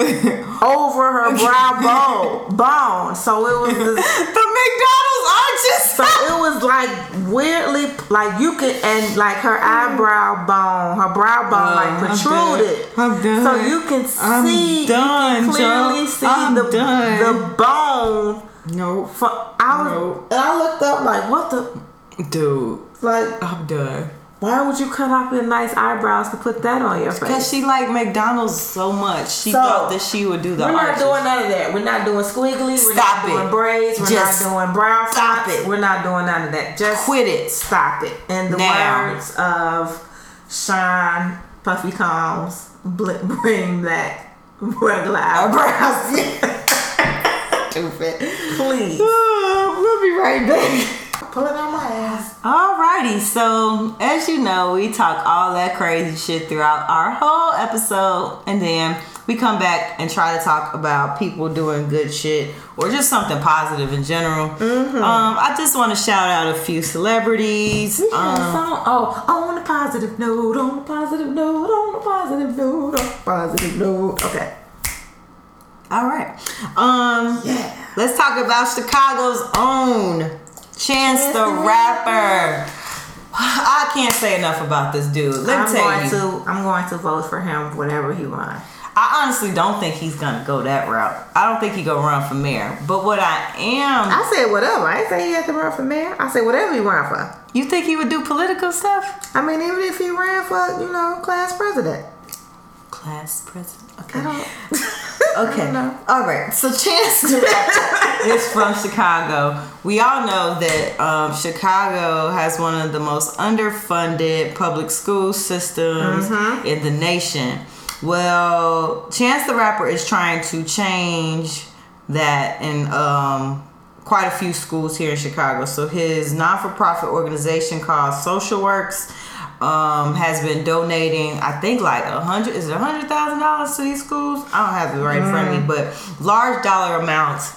over her brow bone, bone. So it was this The McDonald's arches. so it was like weirdly, like you could, and like her eyebrow bone, her brow bone, Oh, like I'm protruded. done. I'm done. So you can I'm see, you done, can clearly Joe. see I'm the done. the bone. No, From, I was, Nope. and I looked up like, what the, dude, like, I'm done. why would you cut off your nice eyebrows to put that on your Cause face? she liked McDonald's so much, she So, thought that she would do the We're not arches. doing none of that. We're not doing squiggly. We're Stop not doing it. braids. We're Just not doing brow stop fronts. it. We're not doing none of that. Just Quit it. stop it. In the Now. words of Sean Puffy Combs, bl- bring that regular eyebrows. Stupid. Please. we'll be right back. Pull it on my ass. Alrighty, so as you know, we talk all that crazy shit throughout our whole episode, and then we come back and try to talk about people doing good shit or just something positive in general. Um, I just want to shout out a few celebrities. We had a Um, song. Oh, on a positive note, on a positive note, on a positive note, on a positive note. Okay. all right, um, Yeah. let's talk about Chicago's own Chance the Rapper. I can't say enough about this dude. Let me I'm tell going you, to I'm going to vote for him whenever he runs. I honestly don't think he's gonna go that route. I don't think he gonna run for mayor. But what I am, I said whatever. I ain't say he had to run for mayor. I said whatever he ran for. you think he would do political stuff? I mean, even if he ran for, you know, class president. Class president. Okay. I don't Okay. know. All right. So Chance the Rapper is from Chicago. We all know that um, Chicago has one of the most underfunded public school systems in the nation. Well, Chance the Rapper is trying to change that in um, quite a few schools here in Chicago. So his non-for-profit organization called Social Works um, has been donating, I think, like a hundred. Is it a hundred thousand dollars to these schools? I don't have it right in front of me, but large dollar amounts.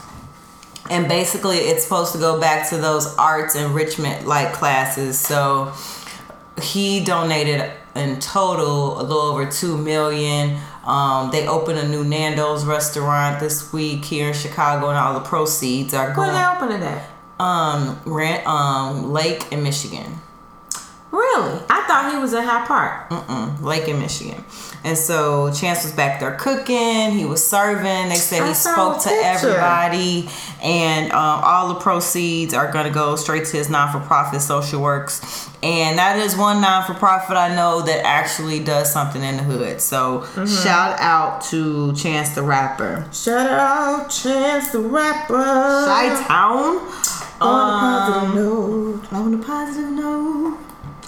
And basically, it's supposed to go back to those arts enrichment like classes. So he donated in total a little over two million. Um, they opened a new Nando's restaurant this week here in Chicago, and all the proceeds are Where going they opening at? um rent um Lake in Michigan. Really? I thought he was in High Park. Mm-mm, Lake in Michigan. And so Chance was back there cooking. He was serving. They said I he saw spoke a to picture. everybody. And um, all the proceeds are going to go straight to his non for profit, Social Works. And that is one non for profit I know that actually does something in the hood. So shout out to Chance the Rapper. Shout out Chance the Rapper. Chi Town. On a positive note. Um, On a positive note.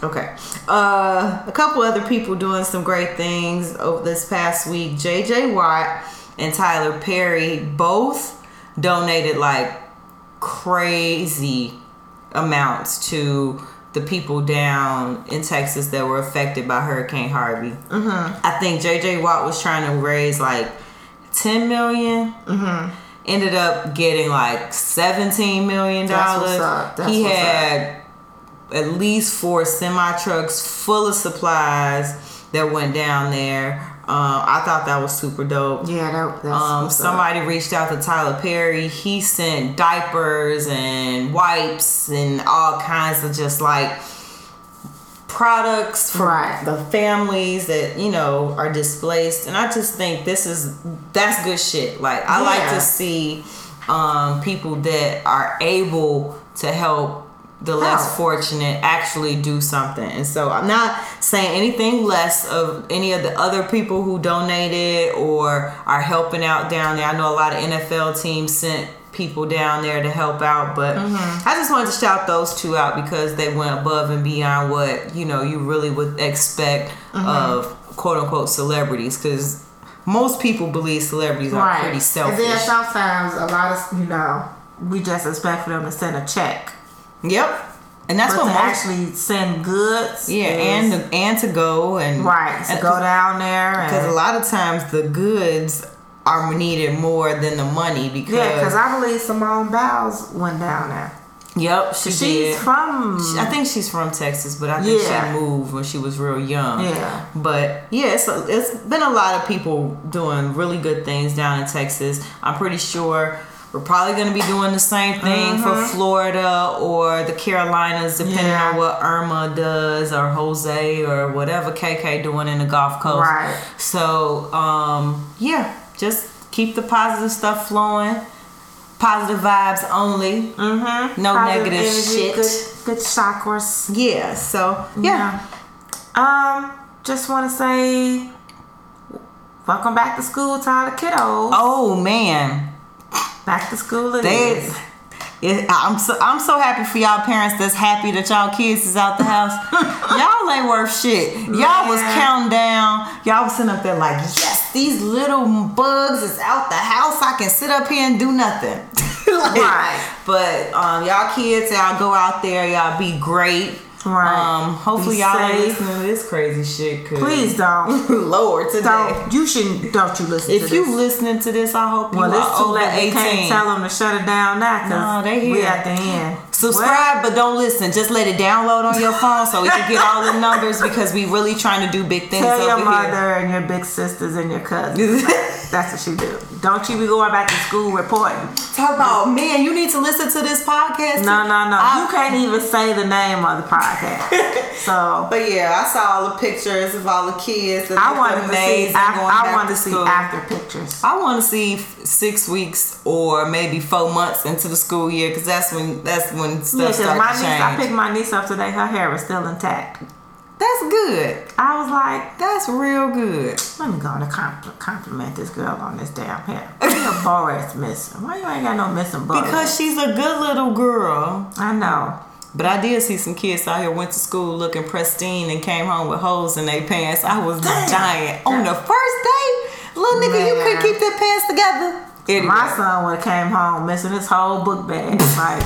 Okay. Uh, a couple other people doing some great things over this past week. JJ Watt and Tyler Perry both donated like crazy amounts to the people down in Texas that were affected by Hurricane Harvey. Mm-hmm. I think JJ Watt was trying to raise like 10 million. Mm-hmm. Ended up getting like 17 million That's what's dollars. up. That's He what's up. had at least four semi trucks full of supplies that went down there. Um, I thought that was super dope. Yeah, that, that's Um, what's up. somebody reached out to Tyler Perry. He sent diapers and wipes and all kinds of just like products for Right. the families that you know are displaced. And I just think this is that's good shit. Like I like Yeah. to see um, people that are able to help the less Help. fortunate actually do something. And so I'm not saying anything less of any of the other people who donated or are helping out down there. I know a lot of NFL teams sent people down there to help out, but Mm-hmm. I just wanted to shout those two out because they went above and beyond what, you know, you really would expect Mm-hmm. of quote unquote celebrities cuz most people believe celebrities are pretty selfish. And then sometimes a lot of you know we just expect for them to send a check, Yep. And that's but what to most actually send goods. Yeah, is- and to, and to go and right to and go down there because a and lot of times the goods are needed more than the money because yeah, because I believe Simone Biles went down there. yep she She's did. from I think she's from Texas, but I think Yeah. she moved when she was real young. Yeah. But yeah, so it's been a lot of people doing really good things down in Texas. I'm pretty sure we're probably going to be doing the same thing for Florida or the Carolinas, depending Mm-hmm. Yeah. on what Irma does or Jose or whatever KK doing in the Gulf Coast. Right. So um, yeah, just keep the positive stuff flowing. Positive vibes only. Mm-hmm. No positive negative shit. Good, good chakras. Yeah, so yeah. Um, just want to say, welcome back to school, to all the kiddos. Oh man, Back to school it they. is. It, I'm so I'm so happy for y'all parents that's happy that y'all kids is out the house. y'all ain't worth shit. Y'all was Man. counting down. Y'all was sitting up there like, yes, these little bugs is out the house. I can sit up here and do nothing. Like, Right. But um, y'all kids, y'all go out there. Y'all be great. Right. Um, hopefully Be y'all ain't safe. listening to this crazy shit. 'cause- Please don't. Lord, today. Don't you shouldn't. Don't you listen. If to you this. listening to this, I hope you well, are it's too over late. You can't 18. tell them to shut it down now. No, Cause they we here. at the end. Subscribe, but don't listen. Just let it download on your phone so we can get all the numbers because we really trying to do big things Tell your over mother here. and your big sisters and your cousins. That's what she do. Don't you be going back to school reporting. Talk about man, you need to listen to this podcast. No, no, no. I- you can't even say the name of the podcast. so But yeah, I saw all the pictures of all the kids. and I it's wanted to see. amazing af- going I, back wanted to school. see after pictures. I want to see f- six weeks or maybe four months into the school year because that's when that's when Yeah, stuff because my starts niece, to I change. picked my niece up today. Her hair was still intact. that's good. I was like, That's real good. let me go on and compl- compliment this girl on this damn hair. What your Borat's missing? Why you ain't got no missing Borat? Because she's a good little girl. I know. But I did see some kids out here went to school looking pristine and came home with holes in their pants. I was Damn. dying. On the first day, little nigga, you couldn't Man. keep their pants together. Anyway. My son would have came home missing his whole book bag. like,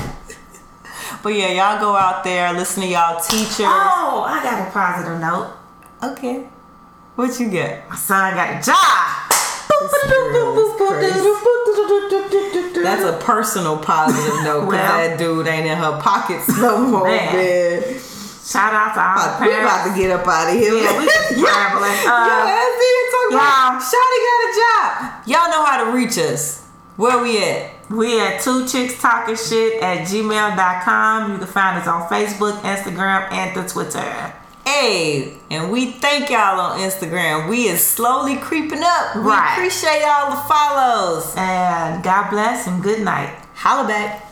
But yeah, y'all go out there, listen to y'all teachers. oh, I got a positive note. Okay. What you get? My son got a job. That's a personal positive note because Well. that dude ain't in her pockets no more, Man. man. shout out to all the We parents. about to get up out of here. Yeah, we just rambling. Yo, Uh, that's it. Talk yeah. about Shawty got a job. Y'all know how to reach us. Where we at? We at two chicks talking shit at gmail.com. You can find us on Facebook, Instagram, and the Twitter. Hey, and we thank y'all on Instagram. We is slowly creeping up. We Right. appreciate all the follows. And God bless and good night. Holla back.